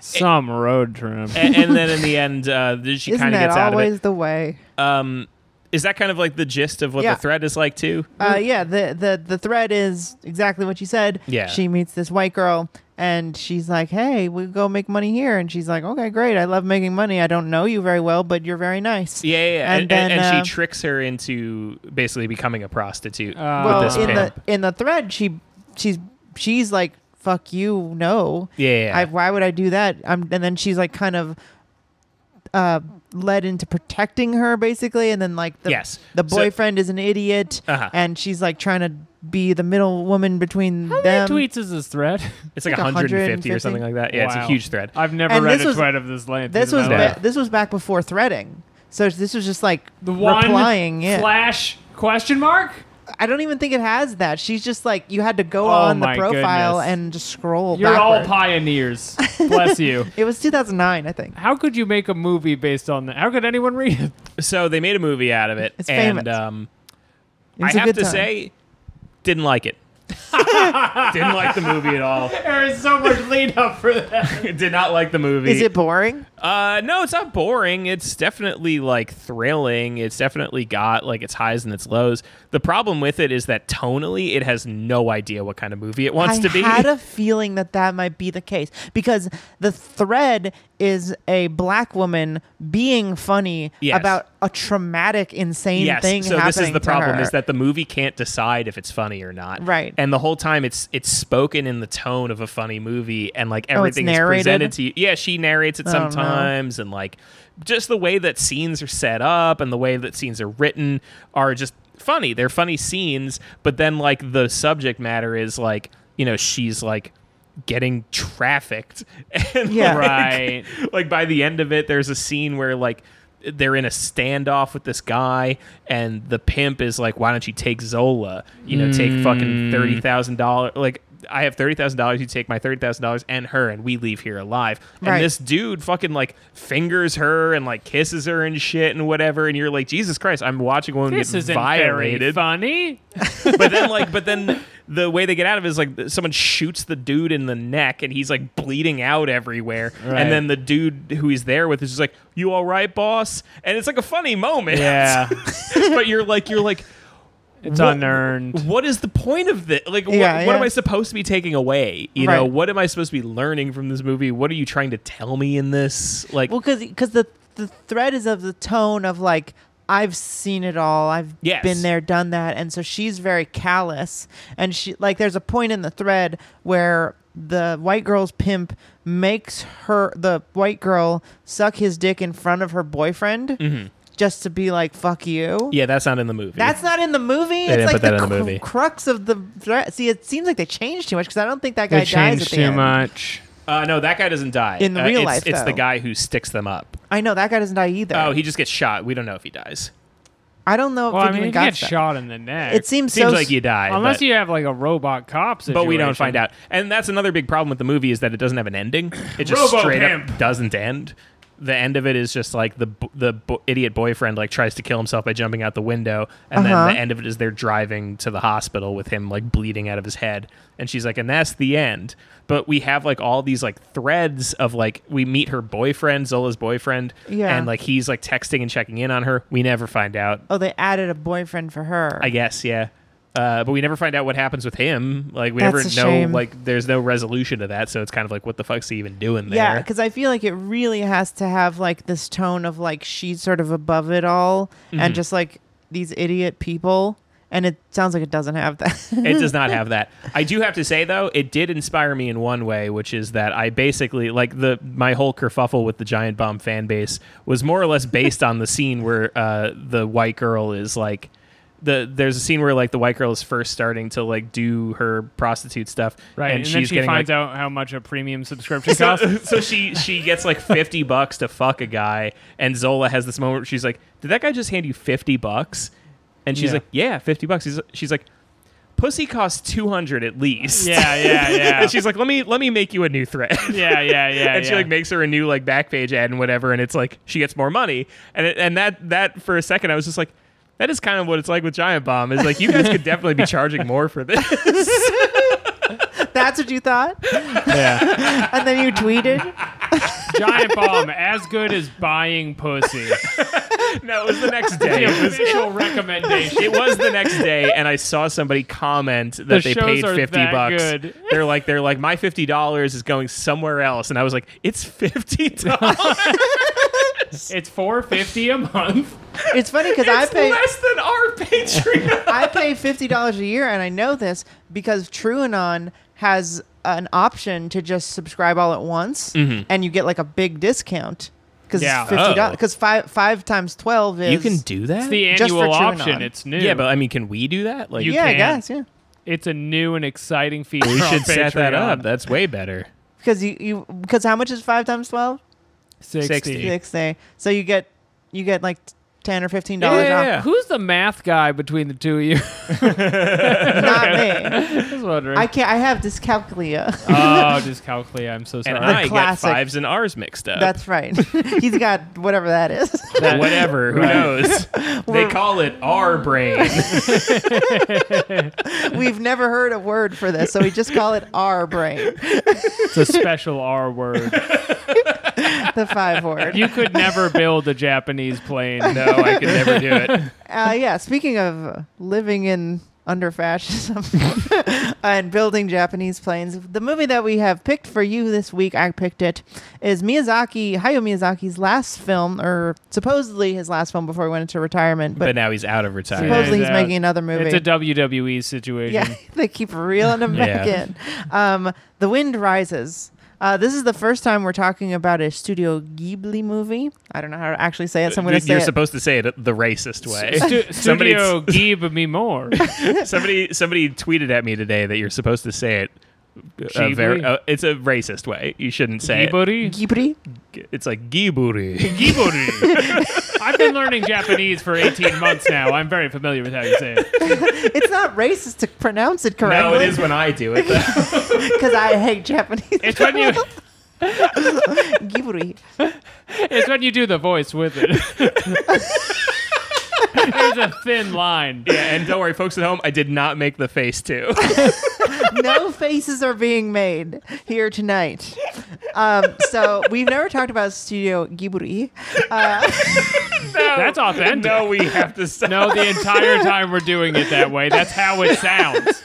Speaker 5: Some road trip.
Speaker 4: a- and, then in the end, uh, she
Speaker 3: Isn't
Speaker 4: kind of
Speaker 3: that
Speaker 4: gets out of
Speaker 3: always
Speaker 4: it.
Speaker 3: the way?
Speaker 4: Um, is that kind of like the gist of what
Speaker 3: Yeah.
Speaker 4: the thread is like too?
Speaker 3: Uh, yeah, the, the the thread is exactly what you said.
Speaker 4: Yeah.
Speaker 3: She meets this white girl and she's like, Hey, we go make money here and she's like, Okay, great, I love making money. I don't know you very well, but you're very nice.
Speaker 4: Yeah, yeah, yeah.
Speaker 3: And
Speaker 4: And, and,
Speaker 3: then,
Speaker 4: and
Speaker 3: uh,
Speaker 4: she tricks her into basically becoming a prostitute
Speaker 5: Uh,
Speaker 4: with
Speaker 3: Well
Speaker 4: this
Speaker 3: Oh, in the
Speaker 4: pimp.
Speaker 3: in the thread she she's she's like, Fuck you, no.
Speaker 4: yeah, yeah, yeah.
Speaker 3: I, why would I do that? Um, and then she's like kind of uh, led into protecting her basically, and then like the
Speaker 4: Yes.
Speaker 3: the
Speaker 4: So-
Speaker 3: boyfriend is an idiot,
Speaker 4: Uh-huh.
Speaker 3: and she's like trying to be the middle woman between
Speaker 5: How many
Speaker 3: them.
Speaker 5: tweets is this thread?
Speaker 4: it's like,
Speaker 3: like
Speaker 4: 150, or
Speaker 3: 150.
Speaker 4: something like that. Yeah, it's a
Speaker 5: Wow.
Speaker 4: huge thread.
Speaker 5: I've never
Speaker 3: And
Speaker 5: read
Speaker 3: this
Speaker 5: a
Speaker 3: was-
Speaker 5: thread of this length.
Speaker 3: This
Speaker 5: in
Speaker 3: was
Speaker 5: my
Speaker 4: Yeah.
Speaker 3: ba-
Speaker 5: life.
Speaker 3: this was back before threading. So this was just like
Speaker 5: the one
Speaker 3: replying. Yeah,
Speaker 5: flash question mark.
Speaker 3: I don't even think it has that. She's just like you had to go
Speaker 5: Oh
Speaker 3: on the
Speaker 5: my
Speaker 3: profile
Speaker 5: goodness.
Speaker 3: and just scroll.
Speaker 5: You're
Speaker 3: backward.
Speaker 5: all pioneers. Bless you.
Speaker 3: It was 2009, I think.
Speaker 5: How could you make a movie based on that? How could anyone read it?
Speaker 4: So they made a movie out of it,
Speaker 3: It's
Speaker 4: and
Speaker 3: famous.
Speaker 4: um,
Speaker 3: It
Speaker 4: I
Speaker 3: was a
Speaker 4: have
Speaker 3: good
Speaker 4: to
Speaker 3: time.
Speaker 4: say, didn't like it. didn't like the movie at all.
Speaker 5: There is so much lead up for that.
Speaker 4: Did not like the movie.
Speaker 3: is it boring?
Speaker 4: Uh, no, it's not boring. It's definitely like thrilling. It's definitely got like its highs and its lows. The problem with it is that tonally, it has no idea what kind of movie it wants
Speaker 3: I
Speaker 4: to be.
Speaker 3: had a feeling that that might be the case because the thread is a black woman being funny
Speaker 4: Yes.
Speaker 3: about a traumatic, insane
Speaker 4: yes.
Speaker 3: thing.
Speaker 4: so this is
Speaker 3: happening
Speaker 4: the
Speaker 3: to
Speaker 4: problem
Speaker 3: her.
Speaker 4: is that the movie can't decide if it's funny or not.
Speaker 3: Right.
Speaker 4: And the whole time it's it's spoken in the tone of a funny movie and like everything is
Speaker 3: Oh, narrated?
Speaker 4: presented to you. Yeah, she narrates it
Speaker 3: Oh, no.
Speaker 4: sometimes and like just the way that scenes are set up and the way that scenes are written are just funny. They're funny scenes, but then like the subject matter is like, you know, she's like getting trafficked and
Speaker 3: Yeah.
Speaker 4: like,
Speaker 5: Right.
Speaker 4: like by the end of it there's a scene where like they're in a standoff with this guy
Speaker 5: Mm.
Speaker 4: and the pimp is like why don't you take zola you know take fucking $30000 like I have thirty thousand dollars. You take my thirty thousand dollars and her, and we leave here alive. And
Speaker 3: Right.
Speaker 4: this dude fucking like fingers her and like kisses her and shit and whatever. And you're like, Jesus Christ, I'm watching a woman
Speaker 5: This
Speaker 4: get
Speaker 5: isn't very
Speaker 4: violated.
Speaker 5: funny.
Speaker 4: but then like, but then the way they get out of it is like someone shoots the dude in the neck, and he's like bleeding out everywhere.
Speaker 5: Right.
Speaker 4: And then the dude who he's there with is just like, "You all right, boss?" And it's like a funny moment.
Speaker 5: Yeah,
Speaker 4: but you're like, you're like.
Speaker 5: it's
Speaker 4: What-
Speaker 5: unearned.
Speaker 4: What is the point of this? Like, what,
Speaker 3: Yeah,
Speaker 4: what am
Speaker 3: yeah.
Speaker 4: I supposed to be taking away? You know,
Speaker 3: Right.
Speaker 4: what am I supposed to be learning from this movie? What are you trying to tell me in this? Like,
Speaker 3: Well, because the the thread is of the tone of like I've seen it all. I've
Speaker 4: Yes.
Speaker 3: been there, done that, and so she's very callous. And she like there's a point in the thread where the white girl's pimp makes her the white girl suck his dick in front of her boyfriend just to be like fuck you.
Speaker 4: Mm-hmm. yeah, that's not in the movie.
Speaker 3: That's not in the movie.
Speaker 4: didn't
Speaker 3: it's like
Speaker 4: put that
Speaker 3: the,
Speaker 4: in the
Speaker 3: cru-
Speaker 4: movie.
Speaker 3: crux of the threat. See, it seems like they changed too much because I don't think that guy
Speaker 5: They
Speaker 3: dies at
Speaker 5: changed
Speaker 3: the
Speaker 5: too
Speaker 3: end.
Speaker 5: much.
Speaker 4: uh, no, that guy doesn't die
Speaker 3: In the
Speaker 4: Uh,
Speaker 3: real
Speaker 4: it's,
Speaker 3: life,
Speaker 4: It's the
Speaker 3: though.
Speaker 4: guy who sticks them up.
Speaker 3: I know that guy doesn't die either.
Speaker 4: Oh, he just gets shot. We don't know if he dies.
Speaker 3: I don't know if
Speaker 5: Well,
Speaker 3: it
Speaker 5: I mean,
Speaker 3: even
Speaker 5: if you
Speaker 3: got
Speaker 5: get
Speaker 3: that.
Speaker 5: shot in the neck.
Speaker 3: It seems,
Speaker 4: Seems
Speaker 3: so
Speaker 4: like you die,
Speaker 5: unless
Speaker 4: but,
Speaker 5: you have like a robot cop situation.
Speaker 4: But we don't find out, and that's another big problem with the movie is that it doesn't have an ending. It just
Speaker 5: Robo
Speaker 4: straight
Speaker 5: pimp.
Speaker 4: up doesn't end. The end of it is just like the bo- the bo- idiot boyfriend like tries to kill himself by jumping out the window, and
Speaker 3: Uh-huh.
Speaker 4: then the end of it is they're driving to the hospital with him like bleeding out of his head, and she's like, and that's the end. But we have like all these like threads of like we meet her boyfriend Zola's boyfriend,
Speaker 3: Yeah.
Speaker 4: and like he's like texting and checking in on her. We never find out.
Speaker 3: Oh, they added a boyfriend for her.
Speaker 4: I guess, yeah. Uh, but we never find out what happens with him. Like we
Speaker 3: That's
Speaker 4: never know.
Speaker 3: a shame.
Speaker 4: Like there's no resolution to that, so it's kind of like, what the fuck's he even doing there?
Speaker 3: yeah, because I feel like it really has to have like this tone of like she's sort of above it all
Speaker 4: Mm-hmm.
Speaker 3: and just like these idiot people. And it sounds like it doesn't have that.
Speaker 4: it does not have that. I do have to say though, it did inspire me in one way, which is that I basically like the my whole kerfuffle with the Giant Bomb fan base was more or less based on the scene where uh, the white girl is like the there's a scene where like the white girl is first starting to like do her prostitute stuff,
Speaker 5: Right, and,
Speaker 4: And, she's
Speaker 5: then she
Speaker 4: getting like,
Speaker 5: finds out how much a premium subscription costs.
Speaker 4: so, so she she gets like 50 bucks to fuck a guy and zola has this moment where she's like did that guy just hand you 50 bucks and she's
Speaker 5: Yeah.
Speaker 4: like yeah 50 bucks He's, she's like pussy costs 200 at least
Speaker 5: yeah, yeah, yeah,
Speaker 4: and she's like let me let me make you a new thread
Speaker 5: yeah, yeah, yeah.
Speaker 4: and she
Speaker 5: yeah.
Speaker 4: like makes her a new like back page ad and whatever and it's like she gets more money and it, and that that for a second i was just like that is kind of what it's like with giant bomb is like you guys could definitely be charging more for this
Speaker 3: That's what you thought? Yeah. and then you tweeted.
Speaker 5: Giant bomb, as good as buying pussy.
Speaker 4: no it was the next day
Speaker 5: The
Speaker 4: It was-
Speaker 5: official recommendation.
Speaker 4: it was the next day, and I saw somebody comment that
Speaker 5: The
Speaker 4: they
Speaker 5: shows
Speaker 4: paid
Speaker 5: are
Speaker 4: fifty
Speaker 5: that
Speaker 4: bucks.
Speaker 5: good.
Speaker 4: They're like, they're like, my fifty dollars is going somewhere else, and I was like, it's fifty dollars.
Speaker 5: It's four fifty a month.
Speaker 3: It's funny because I
Speaker 4: it's
Speaker 3: pay
Speaker 4: less than our Patreon.
Speaker 3: I pay fifty dollars a year, and I know this because Truanon has an option to just subscribe all at once, and you get like a big discount because
Speaker 5: Yeah.
Speaker 3: fifty dollars.
Speaker 4: Mm-hmm. Oh.
Speaker 3: Because five five times twelve is
Speaker 4: do that.
Speaker 5: It's the
Speaker 3: Just for
Speaker 5: annual
Speaker 3: Truanon.
Speaker 5: option. It's new.
Speaker 4: yeah, but I mean, can we do that? Like,
Speaker 5: You
Speaker 3: yeah, I
Speaker 5: can.
Speaker 3: guess yeah.
Speaker 5: it's a new and exciting feature.
Speaker 4: we
Speaker 5: on
Speaker 4: should set that
Speaker 5: Patreon.
Speaker 4: up. That's way better.
Speaker 3: Because you you because how much is five times twelve?
Speaker 5: 60.
Speaker 4: 60.
Speaker 3: Six day. So you get you get like ten or fifteen
Speaker 4: Yeah,
Speaker 3: dollars
Speaker 4: yeah,
Speaker 5: Who's the math guy between the two of you?
Speaker 3: off. Not me.
Speaker 5: I was wondering.
Speaker 3: I can't. I have dyscalculia.
Speaker 4: Uh,
Speaker 5: oh, dyscalculia. I'm so sorry.
Speaker 4: And I got
Speaker 3: classic-
Speaker 4: fives and R's mixed up.
Speaker 3: That's right. He's got whatever that is.
Speaker 4: whatever. Who
Speaker 5: Right.
Speaker 4: knows? they call it our brain.
Speaker 3: We've never heard a word for this, so we just call it our brain.
Speaker 5: it's a special R word.
Speaker 3: The five word.
Speaker 5: You could never build a Japanese plane.
Speaker 4: no, I could never do it.
Speaker 3: Uh, yeah, speaking of living in under fascism and building Japanese planes, the movie that we have picked for you this week, I picked it, is Miyazaki, Hayao Miyazaki's last film, or supposedly his last film before he went into retirement,
Speaker 4: But
Speaker 3: but,
Speaker 4: now he's out of retirement.
Speaker 3: supposedly
Speaker 5: Yeah,
Speaker 3: he's
Speaker 5: he's out.
Speaker 3: making another movie.
Speaker 5: It's a WWE situation.
Speaker 3: yeah, they keep reeling him back
Speaker 4: Yeah.
Speaker 3: in. Um, the Wind Rises. Uh, this is the first time we're talking about a Studio Ghibli movie. I don't know how to actually say it, so I'm going
Speaker 4: You're
Speaker 3: to say it.
Speaker 4: supposed to say it the racist way.
Speaker 5: Stu-
Speaker 4: somebody,
Speaker 5: Studio give me more.
Speaker 4: somebody, somebody tweeted at me today that you're supposed to say it a very,
Speaker 5: Ghibli?
Speaker 4: uh, it's a racist way. You shouldn't say it.
Speaker 5: Ghibli?
Speaker 3: Ghibli?
Speaker 4: It's like Giburi.
Speaker 5: Ghibli. I've been learning Japanese for 18 months now. I'm very familiar with how you say it.
Speaker 3: It's not racist to pronounce it
Speaker 4: No, it is
Speaker 3: correctly
Speaker 4: when I do it. though.
Speaker 3: because I hate Japanese.
Speaker 5: It's when you
Speaker 3: Ghibli.
Speaker 5: it's when you do the voice with it. There's a thin line.
Speaker 4: yeah, and don't worry, folks at home, I did not make the face too.
Speaker 3: no faces are being made here tonight. Um, so we've never talked about Studio Ghibli.
Speaker 5: That's authentic.
Speaker 4: no, we have to stop.
Speaker 5: No, the entire time we're doing it that way. That's how it sounds.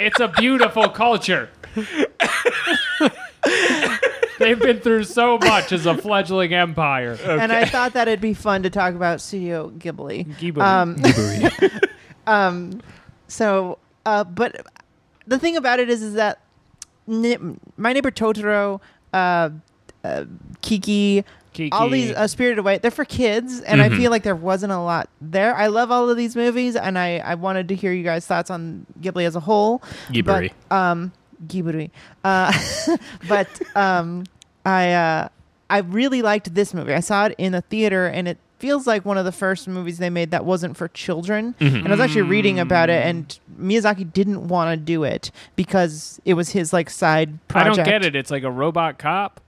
Speaker 5: It's a beautiful culture. They've been through so much as a fledgling empire.
Speaker 3: And I thought that it'd be fun to talk about Studio Ghibli.
Speaker 5: Ghibli.
Speaker 3: Um, So, uh, but the thing about it is, is that ni- my neighbor Totoro, uh, uh, Kiki,
Speaker 5: Kiki.
Speaker 3: all these uh, Spirited Away, they're for kids, and I feel like there wasn't a lot there. I love all of these movies, and I I wanted to hear you guys' thoughts on Ghibli as a whole.
Speaker 4: Ghibli.
Speaker 3: But, um, Ghibli. Uh, but um, I uh, I really liked this movie. I saw it in the theater, and it feels like one of the first movies they made that wasn't for children.
Speaker 5: Mm-hmm.
Speaker 3: And I was actually reading about it, and Miyazaki didn't want to do it because it was his like side
Speaker 5: I
Speaker 3: project.
Speaker 5: don't get it. It's like a robot cop.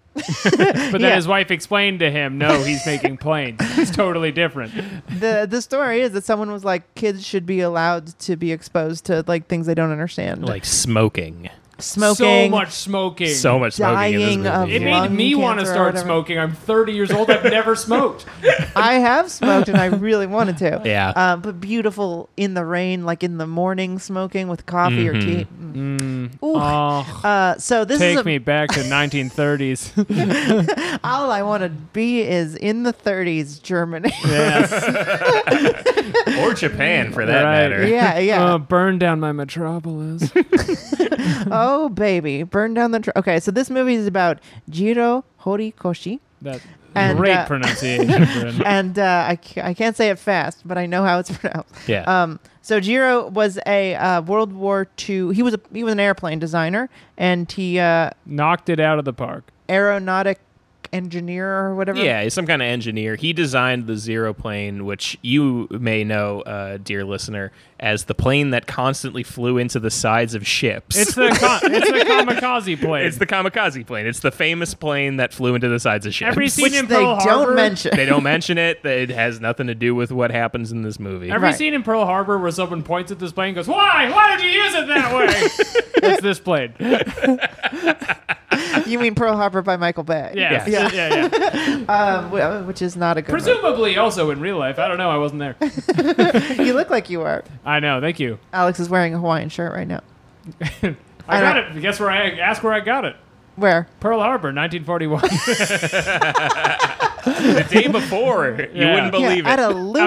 Speaker 5: but then
Speaker 3: Yeah.
Speaker 5: his wife explained to him, no, he's making planes. It's totally different.
Speaker 3: the The story is that someone was like, kids should be allowed to be exposed to like things they don't understand,
Speaker 4: like smoking.
Speaker 3: smoking.
Speaker 5: So much smoking.
Speaker 4: So much smoking in
Speaker 3: Dying
Speaker 4: this
Speaker 3: of
Speaker 4: movie.
Speaker 5: it
Speaker 3: Yeah.
Speaker 5: made
Speaker 3: Lung
Speaker 5: me want to
Speaker 3: cancer or
Speaker 5: start
Speaker 3: whatever.
Speaker 5: smoking. I'm 30 years old. I've never smoked.
Speaker 3: I have smoked, and I really wanted to.
Speaker 4: Yeah.
Speaker 3: Um, but beautiful in the rain, like in the morning, smoking with coffee
Speaker 4: Mm-hmm.
Speaker 3: or tea. Mm. Ooh.
Speaker 5: Oh,
Speaker 3: Uh, so this is a,
Speaker 5: take me back to 1930s.
Speaker 3: all I want to be is in the 30s Germany.
Speaker 4: or Japan for that
Speaker 5: Right.
Speaker 4: matter.
Speaker 3: yeah, yeah.
Speaker 5: Uh, burn down my metropolis.
Speaker 3: oh baby, burn down the. Tr- okay, so this movie is about Jiro Horikoshi,
Speaker 5: That
Speaker 3: And,
Speaker 5: great
Speaker 3: uh,
Speaker 5: pronunciation. Bryn.
Speaker 3: and uh, I ca- I can't say it fast, but I know how it's pronounced.
Speaker 4: Yeah.
Speaker 3: Um, so Jiro was a uh, World War II. He was a he was an airplane designer, and he uh,
Speaker 5: Knocked it out of the park.
Speaker 3: aeronautic engineer or whatever.
Speaker 4: Yeah, he's some kind of engineer. He designed the Zero plane, which you may know, uh, dear listener, as the plane that constantly flew into the sides of ships.
Speaker 5: It's the con- it's the kamikaze plane.
Speaker 4: It's the kamikaze plane. It's the famous plane that flew into the sides of ships.
Speaker 5: Every scene
Speaker 3: Which
Speaker 5: in
Speaker 3: they
Speaker 5: Pearl
Speaker 3: don't
Speaker 5: Harbor.
Speaker 3: mention.
Speaker 4: they don't mention it. It has nothing to do with what happens in this movie.
Speaker 5: Every
Speaker 3: Right.
Speaker 5: scene in Pearl Harbor where someone points at this plane and goes, "Why? Why did you use it that way?" it's this plane. Yeah,
Speaker 3: You mean Pearl Harbor by Michael Bay?
Speaker 5: yeah,
Speaker 4: Yeah.
Speaker 5: yeah. yeah.
Speaker 3: Um, wh- which is not a good. one.
Speaker 5: Presumably, also in real life. I don't know. I wasn't there.
Speaker 3: You look like you are.
Speaker 5: I know. Thank you.
Speaker 3: Alex is wearing a Hawaiian shirt right now.
Speaker 5: I
Speaker 3: I
Speaker 5: got
Speaker 3: don't-
Speaker 5: it. Guess where I ask where I got it.
Speaker 3: Where?
Speaker 5: Pearl Harbor, 1941.
Speaker 4: the day before, you
Speaker 5: Yeah.
Speaker 4: wouldn't
Speaker 5: Yeah,
Speaker 4: believe
Speaker 3: yeah,
Speaker 4: it.
Speaker 3: At a luau.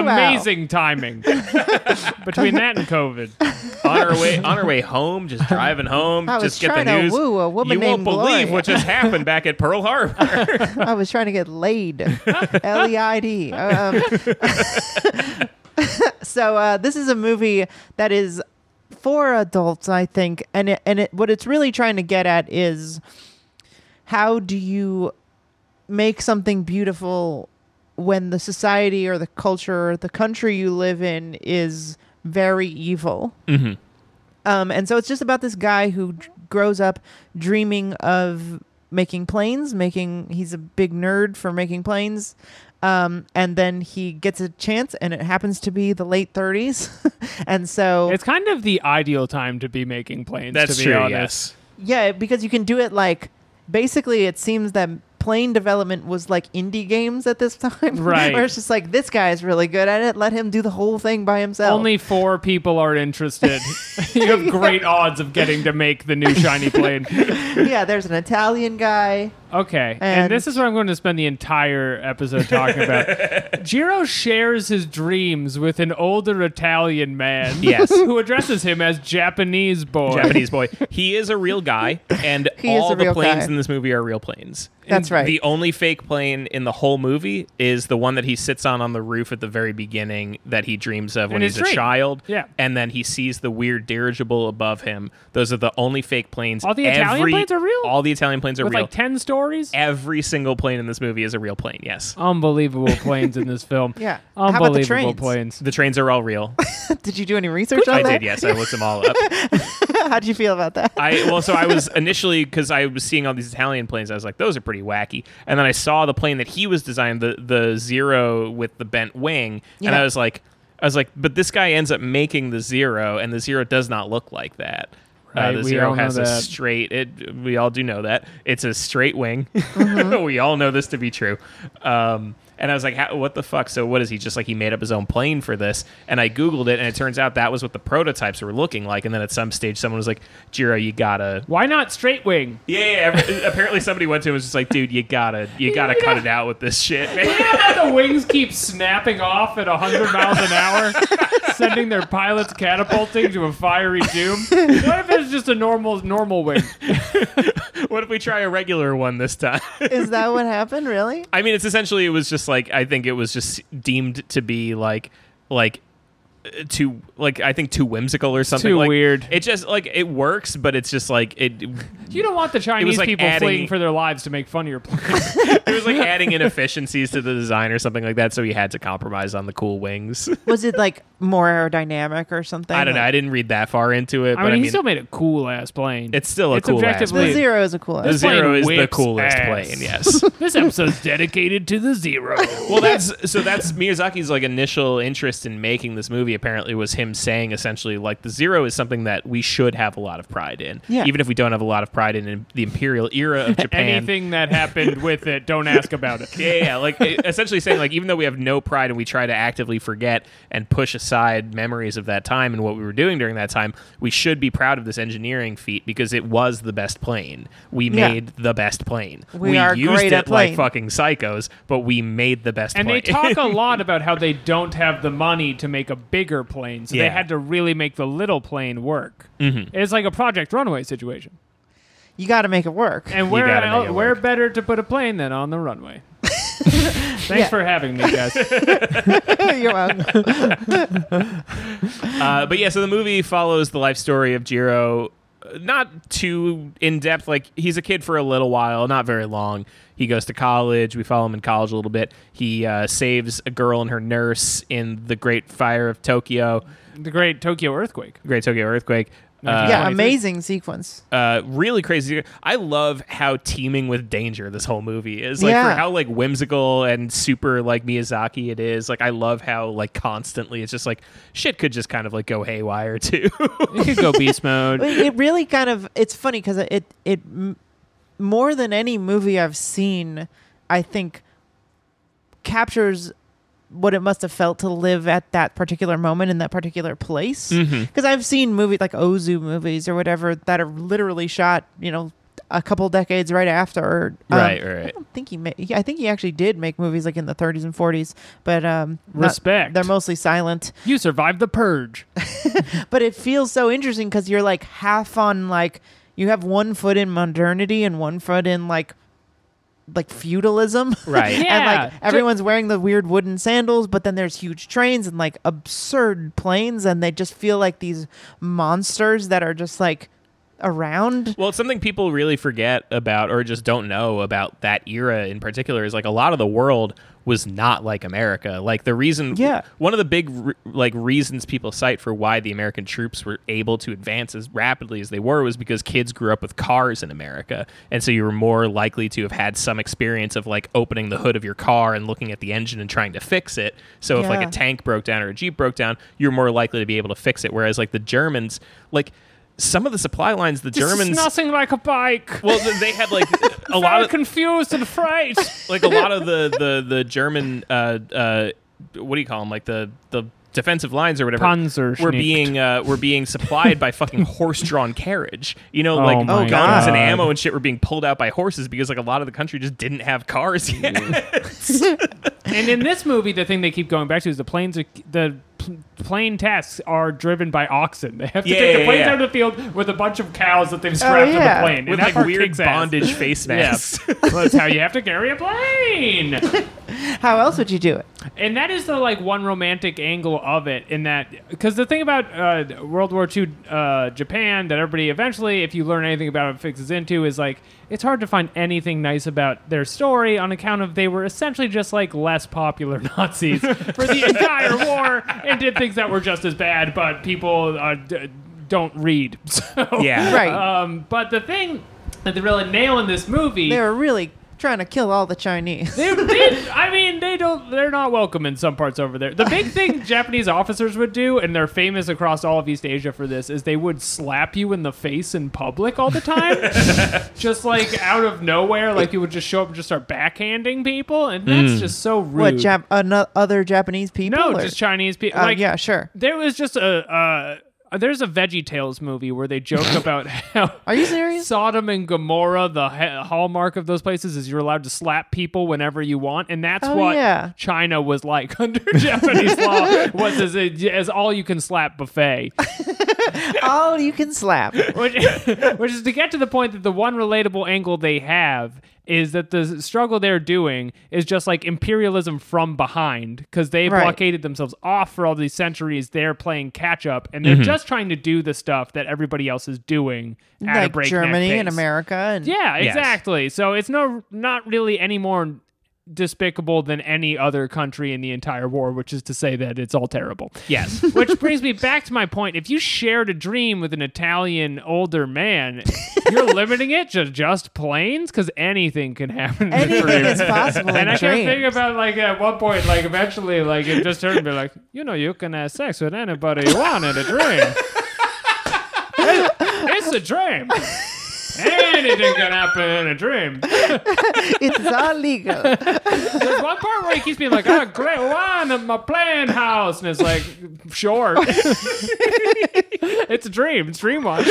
Speaker 5: Amazing timing between that and COVID.
Speaker 4: on our way on our way home, just driving home,
Speaker 3: I was
Speaker 4: just get the
Speaker 3: trying to
Speaker 4: news.
Speaker 3: woo a woman
Speaker 4: you won't
Speaker 3: named
Speaker 4: believe
Speaker 3: Gloria.
Speaker 4: what just happened back at Pearl Harbor.
Speaker 3: I was trying to get laid. L E I D. Um, so uh, this is a movie that is for adults, I think, and it, and it, what it's really trying to get at is how do you make something beautiful when the society or the culture or the country you live in is very evil. Um, and so it's just about this guy who d- grows up dreaming of making planes, making he's a big nerd for making planes. Um, and then he gets a chance, and it happens to be the late 30s. and so,
Speaker 5: It's kind of the ideal time to be making planes.
Speaker 4: That's
Speaker 5: to be
Speaker 4: true.
Speaker 5: honest.
Speaker 4: Yes.
Speaker 3: yeah, because you can do it like basically, it seems that plane development was like indie games at this time.
Speaker 5: Right.
Speaker 3: where it's just like, this guy's really good at it. Let him do the whole thing by himself.
Speaker 5: Only four people are interested. you have great odds of getting to make the new shiny plane.
Speaker 3: yeah, there's an Italian guy,
Speaker 5: Okay. And,
Speaker 3: And-
Speaker 5: this is what I'm going to spend the entire episode talking about. Jiro shares his dreams with an older Italian man.
Speaker 4: Yes.
Speaker 5: Who addresses him as Japanese boy.
Speaker 4: Japanese boy. He is a real guy, and
Speaker 3: He is
Speaker 4: all
Speaker 3: a
Speaker 4: the
Speaker 3: real guy.
Speaker 4: planes in this movie are real planes.
Speaker 3: That's right.
Speaker 4: The only fake plane in the whole movie is the one that he sits on on the roof at the very beginning that he dreams of when
Speaker 5: In his
Speaker 4: he's a
Speaker 5: dream.
Speaker 4: child.
Speaker 5: Yeah.
Speaker 4: And then he sees the weird dirigible above him. Those are the only fake planes.
Speaker 5: All the Italian
Speaker 4: Every-
Speaker 5: planes are real?
Speaker 4: All the Italian planes are
Speaker 5: With
Speaker 4: real.
Speaker 5: like 10 stories?
Speaker 4: Every single plane in this movie is a real plane, yes.
Speaker 5: Unbelievable planes in this film.
Speaker 3: Yeah. How about the
Speaker 5: Unbelievable
Speaker 3: trains?
Speaker 5: planes.
Speaker 4: The trains are all real.
Speaker 3: Did you do any research on
Speaker 4: I
Speaker 3: that?
Speaker 4: did, yes. I looked them all up.
Speaker 3: How'd you feel about that?
Speaker 4: I well, so I was initially because I was seeing all these Italian planes. I was like, those are pretty wacky. And then I saw the plane that he was designed, the the zero with the bent wing, and
Speaker 3: Yeah.
Speaker 4: I was like, I was like, but this guy ends up making the zero, and the zero does not look like that.
Speaker 5: Right,
Speaker 4: uh, the
Speaker 5: we
Speaker 4: zero
Speaker 5: all know
Speaker 4: has a
Speaker 5: that.
Speaker 4: straight. It we all do know that it's a straight wing. we all know this to be true. Um, and I was like, How, "What the fuck?" So what is he just like? He made up his own plane for this, and I googled it, and it turns out that was what the prototypes were looking like. And then at some stage, someone was like, "Jiro, you gotta."
Speaker 5: Why not straight wing?
Speaker 4: Yeah, yeah, every- apparently somebody went to him and was just like, "Dude, you gotta, you gotta cut it out with this shit." man."
Speaker 5: the wings keep snapping off at 100 miles an hour, sending their pilots catapulting to a fiery doom. What if it's just a normal normal wing?
Speaker 4: what if we try a regular one this time?
Speaker 3: Is that what happened? Really?
Speaker 4: I mean, it's essentially it was just like I think it was just deemed to be like like uh, too like I think too whimsical or something.
Speaker 5: Too
Speaker 4: like,
Speaker 5: weird.
Speaker 4: It just like it works, but it's just like it. It
Speaker 5: You don't want the Chinese
Speaker 4: like
Speaker 5: people
Speaker 4: adding-
Speaker 5: fleeing for their lives to make fun of your plane.
Speaker 4: was like adding inefficiencies to the design or something like that, so he had to compromise on the cool wings.
Speaker 3: Was it like more aerodynamic or something?
Speaker 4: I don't know. I
Speaker 3: Like,
Speaker 4: didn't read that far into it,
Speaker 5: I
Speaker 4: but
Speaker 5: mean,
Speaker 4: I mean,
Speaker 5: he still made a cool ass plane.
Speaker 4: it's still a
Speaker 5: it's
Speaker 4: cool ass
Speaker 5: objectively-
Speaker 3: the
Speaker 4: plane.
Speaker 3: zero is a cool.
Speaker 4: The
Speaker 3: answer.
Speaker 5: plane
Speaker 4: zero is the
Speaker 5: whips
Speaker 4: coolest
Speaker 5: ass.
Speaker 4: plane. Yes.
Speaker 5: this episode's dedicated to the zero.
Speaker 4: well that's so that's miyazaki's like initial interest in making this movie apparently was him saying essentially like the zero is something that we should have a lot of pride in
Speaker 3: Yeah.
Speaker 4: even if we don't have a lot of pride in, in the imperial era of japan
Speaker 5: Anything that happened with it, don't ask about it.
Speaker 4: yeah, yeah, yeah. like it- essentially saying like even though we have no pride and we try to actively forget and push aside memories of that time and what we were doing during that time, we should be proud of this engineering feat because it was the best plane. We
Speaker 3: Yeah.
Speaker 4: made the best plane.
Speaker 3: We are
Speaker 4: used
Speaker 3: great
Speaker 4: it
Speaker 3: at
Speaker 4: like
Speaker 3: plane.
Speaker 4: fucking psychos, but we made the best
Speaker 5: And
Speaker 4: plane.
Speaker 5: they talk a lot about how they don't have the money to make a bigger plane, so they
Speaker 4: Yeah. Mm-hmm.
Speaker 5: had to really make the little plane work. It's like a Project Runway situation.
Speaker 3: You got to make it work.
Speaker 5: And where
Speaker 4: gotta
Speaker 5: el-
Speaker 4: make it
Speaker 5: where
Speaker 4: work.
Speaker 5: better to put a plane than on the runway? Thanks for having me, guys.
Speaker 3: You're welcome.
Speaker 4: Uh, but yeah, so the movie follows the life story of Jiro, uh, not too in depth. Like he's a kid for a little while, not very long. He goes to college. We follow him in college a little bit. He uh, saves a girl and her nurse in the Great Fire of Tokyo,
Speaker 5: the Great Tokyo Earthquake.
Speaker 4: Great Tokyo Earthquake. Uh,
Speaker 3: yeah,
Speaker 5: 23.
Speaker 3: amazing sequence.
Speaker 4: uh, really crazy. I love how teeming with danger this whole movie is. Like
Speaker 3: Yeah.
Speaker 4: for how like whimsical and super like Miyazaki it is. Like I love how like constantly it's just like shit could just kind of like go haywire too.
Speaker 5: You could go beast mode.
Speaker 3: But it really kind of it's funny because it it m- more than any movie I've seen, I think captures what it must have felt to live at that particular moment in that particular place. Because I've seen movies like Ozu movies or whatever that are literally shot, you know, a couple decades right after. Or,
Speaker 4: Right, right.
Speaker 3: I don't think he made. I think he actually did make movies like in the 30s and 40s, but um, not-
Speaker 5: Respect.
Speaker 3: they're mostly silent
Speaker 5: You survived the purge.
Speaker 3: but it feels so interesting because you're like half on like you have one foot in modernity and one foot in like like feudalism
Speaker 4: Right.
Speaker 3: and
Speaker 5: Yeah.
Speaker 3: like
Speaker 5: Ju-
Speaker 3: everyone's wearing the weird wooden sandals but then there's huge trains and like absurd planes and they just feel like these monsters that are just like around
Speaker 4: Well, it's something people really forget about or just don't know about that era in particular is like a lot of the world was not like America. Like the reason
Speaker 3: Yeah.
Speaker 4: one of the big re- like reasons people cite for why the American troops were able to advance as rapidly as they were was because kids grew up with cars in America. And so you were more likely to have had some experience of like opening the hood of your car and looking at the engine and trying to fix it. So if like
Speaker 3: Yeah.
Speaker 4: a tank broke down or a jeep broke down, you're more likely to be able to fix it whereas like the Germans like some of the supply lines the
Speaker 5: This is
Speaker 4: Germans
Speaker 5: nothing like a bike.
Speaker 4: well, th- they had like a lot
Speaker 5: Very
Speaker 4: of
Speaker 5: confused and afraid.
Speaker 4: like a lot of the the the German uh uh what do you call them like the the defensive lines or whatever were
Speaker 5: Panzerschnitt.
Speaker 4: being uh, were being supplied by fucking horse-drawn carriage. You know, like
Speaker 5: Oh my
Speaker 4: guns
Speaker 5: God.
Speaker 4: and ammo and shit were being pulled out by horses because like a lot of the country just didn't have cars yet.
Speaker 5: and in this movie, the thing they keep going back to is the planes. Are, the pl- plane tasks are driven by oxen. They have to
Speaker 4: Yeah,
Speaker 5: take
Speaker 4: yeah,
Speaker 5: the planes
Speaker 4: yeah.
Speaker 5: out of the field with a bunch of cows that they've strapped
Speaker 3: yeah.
Speaker 5: to the plane.
Speaker 4: with
Speaker 5: and that
Speaker 4: like
Speaker 5: part
Speaker 4: weird
Speaker 5: kicks ass.
Speaker 4: bondage face masks.
Speaker 5: well, that's how you have to carry a plane.
Speaker 3: How else would you do it?
Speaker 5: and that is the like one romantic angle of it in that because the thing about uh, world war ii uh, japan that everybody eventually if you learn anything about it fixes into is like it's hard to find anything nice about their story on account of they were essentially just like less popular nazis for the entire war and did things that were just as bad but people uh, d- don't read so
Speaker 4: Yeah.
Speaker 3: Right.
Speaker 5: um, but the thing that they really nail in this movie
Speaker 3: They were really trying to kill all the Chinese.
Speaker 5: they, they, I mean, they don't. They're not welcome in some parts over there. The big thing Japanese officers would do, and they're famous across all of East Asia for this, is they would slap you in the face in public all the time, just like out of nowhere. Like you would just show up and just start backhanding people, and that's just so rude.
Speaker 3: What Jap- ano- other Japanese people?
Speaker 5: no,
Speaker 3: or-
Speaker 5: just Chinese people.
Speaker 3: Uh,
Speaker 5: like,
Speaker 3: yeah, sure.
Speaker 5: there was just a. Uh, there's a Veggie Tales movie where they joke about how
Speaker 3: Are you serious?
Speaker 5: Sodom and Gomorrah, the ha- hallmark of those places is you're allowed to slap people whenever you want, and that's
Speaker 3: Oh,
Speaker 5: what
Speaker 3: yeah.
Speaker 5: China was like under Japanese law was as, a, as all you can slap buffet,
Speaker 3: all you can slap.
Speaker 5: which, which is to get to the point that the one relatable angle they have is that the struggle they're doing is just like imperialism from behind because they've
Speaker 3: Right.
Speaker 5: blockaded themselves off for all these centuries. They're playing catch up, and they're just trying to do the stuff that everybody else is doing at a
Speaker 3: like
Speaker 5: breakneck
Speaker 3: Germany and
Speaker 5: pace.
Speaker 3: America and
Speaker 5: Yeah,
Speaker 4: Yes.
Speaker 5: exactly. So it's no not really any more despicable than any other country in the entire war, which is to say that it's all terrible.
Speaker 4: Yes.
Speaker 5: Which brings me back to my point. If you shared a dream with an Italian older man, you're limiting it to just planes because anything can happen. in a
Speaker 3: anything
Speaker 5: dream.
Speaker 3: is possible.
Speaker 5: And
Speaker 3: in
Speaker 5: I kept
Speaker 3: dreams.
Speaker 5: thinking about like at one point, like eventually, like it just turned me like, you know, you can have sex with anybody you want in a dream. it's a dream. Anything can happen in a dream.
Speaker 3: It's all legal.
Speaker 5: There's one part where he keeps being like, "I great wine at my playing house," and it's like, "Sure, it's a dream. It's dream watch."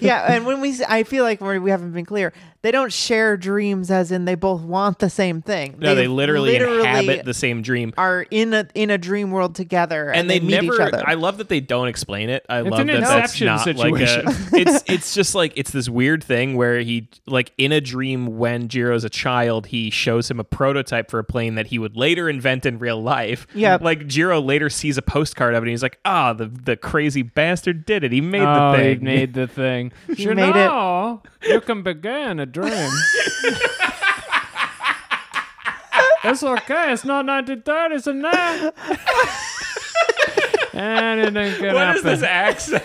Speaker 3: yeah, and when we, s- I feel like we're, we haven't been clear. They don't share dreams, as in they both want the same thing.
Speaker 4: No, they literally,
Speaker 3: literally
Speaker 4: inhabit the same dream.
Speaker 3: are in a in a dream world together, and,
Speaker 4: And they,
Speaker 3: meet
Speaker 4: never.
Speaker 3: each other.
Speaker 4: I love that they don't explain it. I love
Speaker 5: an
Speaker 4: that that's
Speaker 5: Inception
Speaker 4: not
Speaker 5: situation.
Speaker 4: like a. It's it's just like it's this weird thing where he like in a dream when Jiro's a child, he shows him a prototype for a plane that he would later invent in real life.
Speaker 3: Yep.
Speaker 4: Like Jiro later sees a postcard of it, and he's like, "Ah, the the crazy bastard did it. He made
Speaker 5: oh,
Speaker 4: the
Speaker 5: he
Speaker 4: thing.
Speaker 5: made the thing. you
Speaker 3: made it.
Speaker 5: know, you can begin a dream. it's okay. It's not 1930s and that. Anything can
Speaker 4: What is
Speaker 5: happen.
Speaker 4: this accent?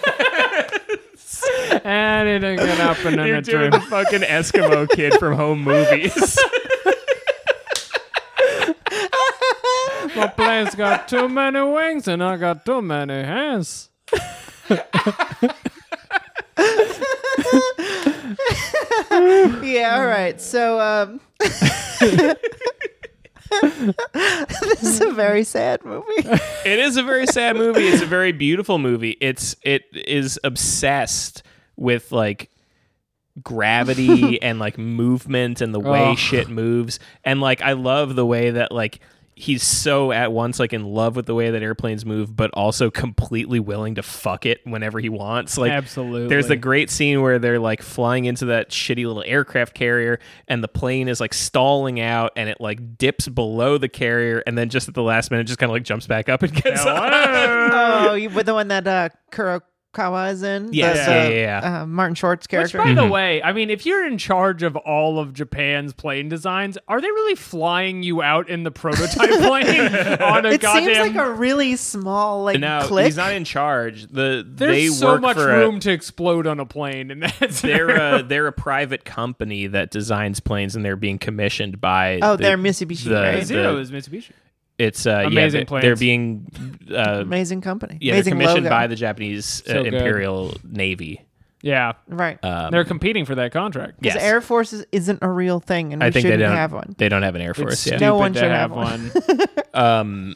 Speaker 5: Anything can happen in
Speaker 4: You're
Speaker 5: a
Speaker 4: doing
Speaker 5: dream.
Speaker 4: the fucking Eskimo kid from home movies.
Speaker 5: My plane's got too many wings and I got too many hands.
Speaker 3: yeah, all right. So, um, this is a very sad movie.
Speaker 4: it is a very sad movie. It's a very beautiful movie. It's it is obsessed with like gravity and like movement and the way
Speaker 5: Oh.
Speaker 4: shit moves. And like I love the way that like he's so at once like in love with the way that airplanes move, but also completely willing to fuck it whenever he wants. Like
Speaker 5: Absolutely.
Speaker 4: There's the great scene where they're like flying into that shitty little aircraft carrier and the plane is like stalling out and it like dips below the carrier and then just at the last minute just kind of like jumps back up and gets on.
Speaker 3: Oh, you, but the one that uh, Kurokawa is in. the-
Speaker 4: Yes,
Speaker 3: the,
Speaker 4: yeah, yeah, yeah.
Speaker 3: Uh, Martin Short's
Speaker 5: Which,
Speaker 3: character.
Speaker 5: by
Speaker 4: Mm-hmm.
Speaker 5: the way, I mean, if you're in charge of all of Japan's plane designs, are they really flying you out in the prototype plane on a
Speaker 3: it
Speaker 5: goddamn?
Speaker 3: seems like a really small like
Speaker 4: No,
Speaker 3: click.
Speaker 4: he's not in charge. The
Speaker 5: There's
Speaker 4: they
Speaker 5: so
Speaker 4: work
Speaker 5: much
Speaker 4: for
Speaker 5: room
Speaker 4: A,
Speaker 5: to explode on a plane, and that's
Speaker 4: they're a, they're a private company that designs planes and they're being commissioned by
Speaker 3: oh,
Speaker 4: the-
Speaker 3: they're Mitsubishi,
Speaker 4: the-
Speaker 3: right?
Speaker 5: Zero
Speaker 4: the-
Speaker 5: is Mitsubishi.
Speaker 4: it's uh,
Speaker 5: Amazing
Speaker 4: yeah, they-
Speaker 5: planes.
Speaker 4: they're being uh,
Speaker 3: Amazing company.
Speaker 4: yeah, they're
Speaker 3: Amazing
Speaker 4: commissioned
Speaker 3: logo.
Speaker 4: by the Japanese uh,
Speaker 5: So good.
Speaker 4: Imperial Navy.
Speaker 5: Yeah,
Speaker 3: right.
Speaker 4: uh,
Speaker 5: they're competing for that contract.
Speaker 4: Um, Yeah.
Speaker 3: Because Air Force is, isn't a real thing, and we
Speaker 4: I think they
Speaker 3: shouldn't
Speaker 4: don't
Speaker 3: have one.
Speaker 4: They don't have an air force.
Speaker 5: It's
Speaker 4: yeah.
Speaker 5: stupid
Speaker 3: No one
Speaker 5: to
Speaker 3: should have
Speaker 5: have
Speaker 3: one.
Speaker 5: one.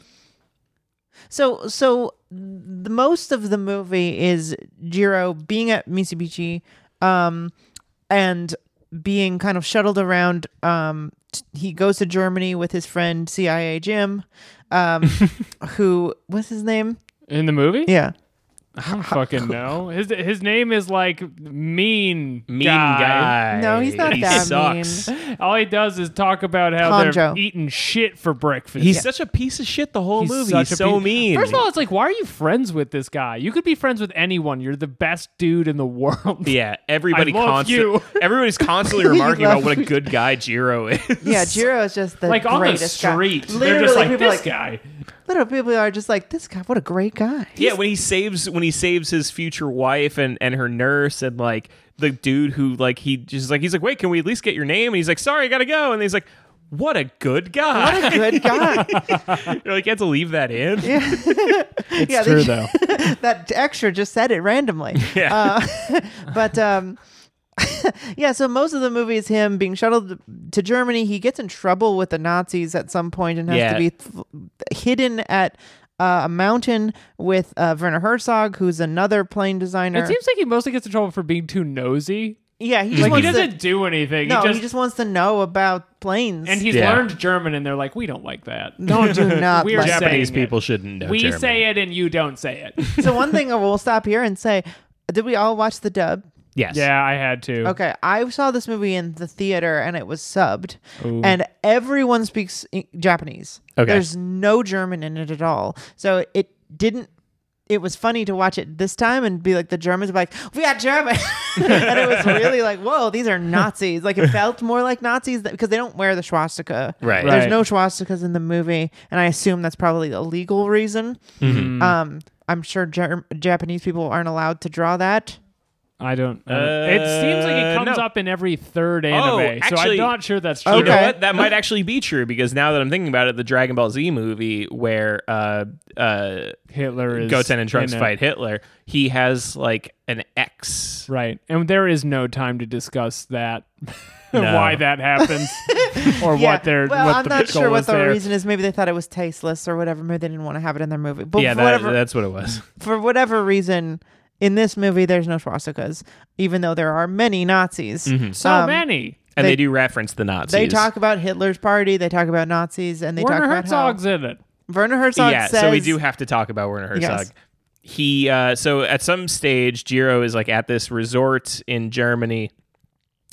Speaker 3: So so the most of the movie is Jiro being at Mitsubishi, um, and being kind of shuttled around. Um, t- he goes to Germany with his friend CIA Jim, um, who what's his name?
Speaker 5: in the movie.
Speaker 3: Yeah,
Speaker 5: I don't fucking know. His his name is like mean
Speaker 4: Mean guy.
Speaker 3: No, he's not
Speaker 4: he
Speaker 3: that
Speaker 4: sucks.
Speaker 3: mean.
Speaker 5: All he does is talk about how they're
Speaker 3: Hanjo.
Speaker 5: eating shit for breakfast.
Speaker 4: He's such a piece of shit the whole movie. He's
Speaker 5: such a
Speaker 4: so
Speaker 5: piece-
Speaker 4: mean.
Speaker 5: First of all, it's like, why are you friends with this guy? You could be friends with anyone. You're the best dude in the world.
Speaker 4: yeah, everybody
Speaker 5: I love
Speaker 4: consta-
Speaker 5: you.
Speaker 4: everybody's constantly remarking
Speaker 3: love
Speaker 4: about what a good guy Jiro is.
Speaker 3: yeah. Jiro is just the
Speaker 5: Like on the
Speaker 3: greatest guy.
Speaker 5: street, they're
Speaker 3: Literally,
Speaker 5: just like
Speaker 3: people are like,
Speaker 5: this guy.
Speaker 3: Little people are just like this guy. What a great guy.
Speaker 4: yeah, when he saves when he saves his future wife and and her nurse and like the dude who like he just like he's like, "Wait, can we at least get your name?" and he's like, "Sorry, I got to go." And he's like, "What a good guy."
Speaker 3: What a good guy.
Speaker 4: You're like, "You had to leave that in?"
Speaker 3: it's yeah,
Speaker 5: True
Speaker 3: they-
Speaker 5: though.
Speaker 3: that extra just said it randomly. Uh, but um, yeah, so most of the movie is him being shuttled to Germany. He gets in trouble with the Nazis at some point and has
Speaker 4: Yeah.
Speaker 3: to be th- hidden at uh, a mountain with uh, Werner Herzog, who's another plane designer.
Speaker 5: It seems like he mostly gets in trouble for being too nosy.
Speaker 3: yeah, he just,
Speaker 5: Like
Speaker 3: wants
Speaker 5: he doesn't
Speaker 3: to,
Speaker 5: do anything.
Speaker 3: no,
Speaker 5: he just,
Speaker 3: wants to know about planes.
Speaker 5: and he's
Speaker 4: Yeah.
Speaker 5: learned German, and they're like, we don't like that.
Speaker 3: don't do not
Speaker 5: We're
Speaker 3: like
Speaker 5: Japanese
Speaker 3: that.
Speaker 5: Saying it. people
Speaker 4: shouldn't know.
Speaker 5: we say it, and you don't say it.
Speaker 3: So one thing I will stop here and say, did we all watch the dub?
Speaker 4: Yes.
Speaker 5: yeah, I had to.
Speaker 3: Okay, I saw this movie in the theater and it was subbed, and everyone speaks I- Japanese.
Speaker 4: Okay.
Speaker 3: there's no German in it at all, so it didn't. It was funny to watch it this time and be like the Germans were like we are German, and it was really like whoa these are Nazis. Like it felt more like Nazis that, because they don't wear the swastika.
Speaker 4: Right.
Speaker 3: There's
Speaker 5: Right.
Speaker 3: no swastikas in the movie, and I assume that's probably a legal reason.
Speaker 4: Mm-hmm.
Speaker 3: Um, I'm sure Ger- Japanese people aren't allowed to draw that.
Speaker 5: I don't. I don't- it seems like it
Speaker 4: Uh,
Speaker 5: comes
Speaker 4: no. Oh,
Speaker 5: up in every third anime, so I'm
Speaker 4: actually-
Speaker 5: not sure that's true.
Speaker 4: You know
Speaker 3: Okay.
Speaker 4: what? That might actually be true because now that I'm thinking about it, the Dragon Ball Z movie where uh, uh,
Speaker 5: Hitler is
Speaker 4: Goten and Trunks
Speaker 5: in it.
Speaker 4: fight Hitler, he has like an X.
Speaker 5: Right. And there is no time to discuss that
Speaker 4: No.
Speaker 5: why that happens or
Speaker 3: Yeah.
Speaker 5: what their
Speaker 3: well,
Speaker 5: what
Speaker 3: I'm
Speaker 5: the
Speaker 3: not
Speaker 5: goal
Speaker 3: sure what
Speaker 5: is
Speaker 3: the
Speaker 5: there.
Speaker 3: reason is. Maybe they thought it was tasteless or whatever. Maybe they didn't want to have it in their movie. But
Speaker 4: Yeah,
Speaker 3: for,
Speaker 4: that,
Speaker 3: whatever,
Speaker 4: that's what it was.
Speaker 3: for whatever reason, in this movie, there's no swastikas, even though there are many Nazis.
Speaker 4: Mm-hmm.
Speaker 5: so
Speaker 3: Um,
Speaker 5: many.
Speaker 4: And
Speaker 3: They-
Speaker 4: they, do reference the Nazis.
Speaker 3: They talk about Hitler's party. They talk about Nazis, and they
Speaker 5: Werner
Speaker 3: talk about
Speaker 5: Herzog's in it.
Speaker 3: how Werner Herzog
Speaker 4: Yeah,
Speaker 3: says.
Speaker 4: so we do have to talk about Werner Herzog.
Speaker 3: Yes.
Speaker 4: He uh, so at some stage, Jiro is like at this resort in Germany.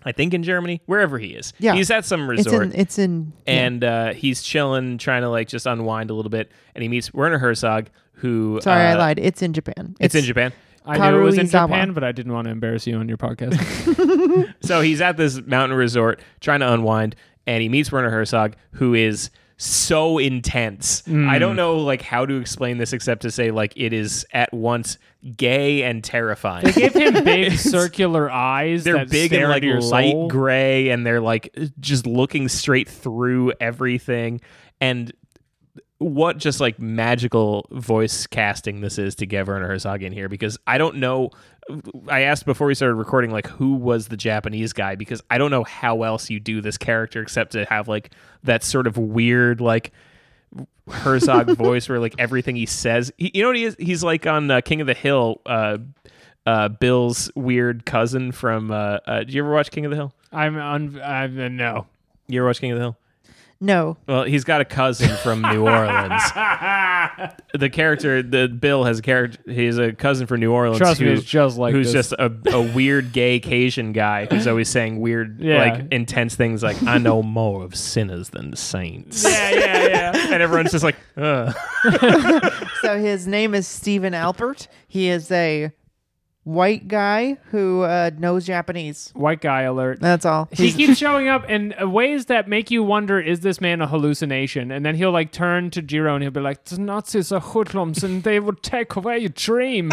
Speaker 4: I think in Germany, wherever he is.
Speaker 3: Yeah.
Speaker 4: He's at some
Speaker 3: it's
Speaker 4: resort.
Speaker 3: in. It's in.
Speaker 4: and uh, he's chilling, trying to like just unwind a little bit. And he meets Werner Herzog, who
Speaker 3: Sorry, I
Speaker 4: uh,
Speaker 3: lied. It's in Japan.
Speaker 4: It's in Japan.
Speaker 5: I knew it was in
Speaker 3: Karuizawa.
Speaker 5: Japan, but I didn't want to embarrass you on your podcast.
Speaker 4: So he's at this mountain resort trying to unwind, and he meets Werner Herzog, who is so intense. I
Speaker 3: Mm.
Speaker 4: don't know like how to explain this except to say like it is at once gay and terrifying.
Speaker 5: Give him big circular eyes.
Speaker 4: they're
Speaker 5: that
Speaker 4: big
Speaker 5: stare
Speaker 4: and like
Speaker 5: into your
Speaker 4: light
Speaker 5: soul.
Speaker 4: gray and they're like just looking straight through everything and what just like magical voice casting this is to get Werner Herzog in here because I don't know. I asked before we started recording like who was the Japanese guy because I don't know how else you do this character except to have like that sort of weird like Herzog voice where like everything he says, he, you know what he is? He's like on uh, King of the Hill, uh, uh, Bill's weird cousin from. Uh, uh, do you ever watch King of the Hill?
Speaker 5: I'm un- I'm uh, no.
Speaker 4: You ever watch King of the Hill?
Speaker 3: No.
Speaker 4: Well, he's got a cousin from New Orleans. the character, the Bill has a character. He's a cousin from New Orleans.
Speaker 5: Trust me, it's just like
Speaker 4: who's
Speaker 5: this.
Speaker 4: just a, a weird gay Cajun guy who's always saying weird,
Speaker 5: Yeah.
Speaker 4: like intense things. Like I know more of sinners than saints,
Speaker 5: Yeah, yeah, yeah.
Speaker 4: and everyone's just like, Ugh.
Speaker 3: So his name is Stephen Albert. He is a white guy who uh, knows Japanese.
Speaker 5: White guy alert.
Speaker 3: That's all.
Speaker 5: he
Speaker 3: He's-
Speaker 5: keeps showing up in uh, ways that make you wonder is this man a hallucination and then he'll like turn to jiro and he'll be like the nazis are hoodlums and they would take away your dream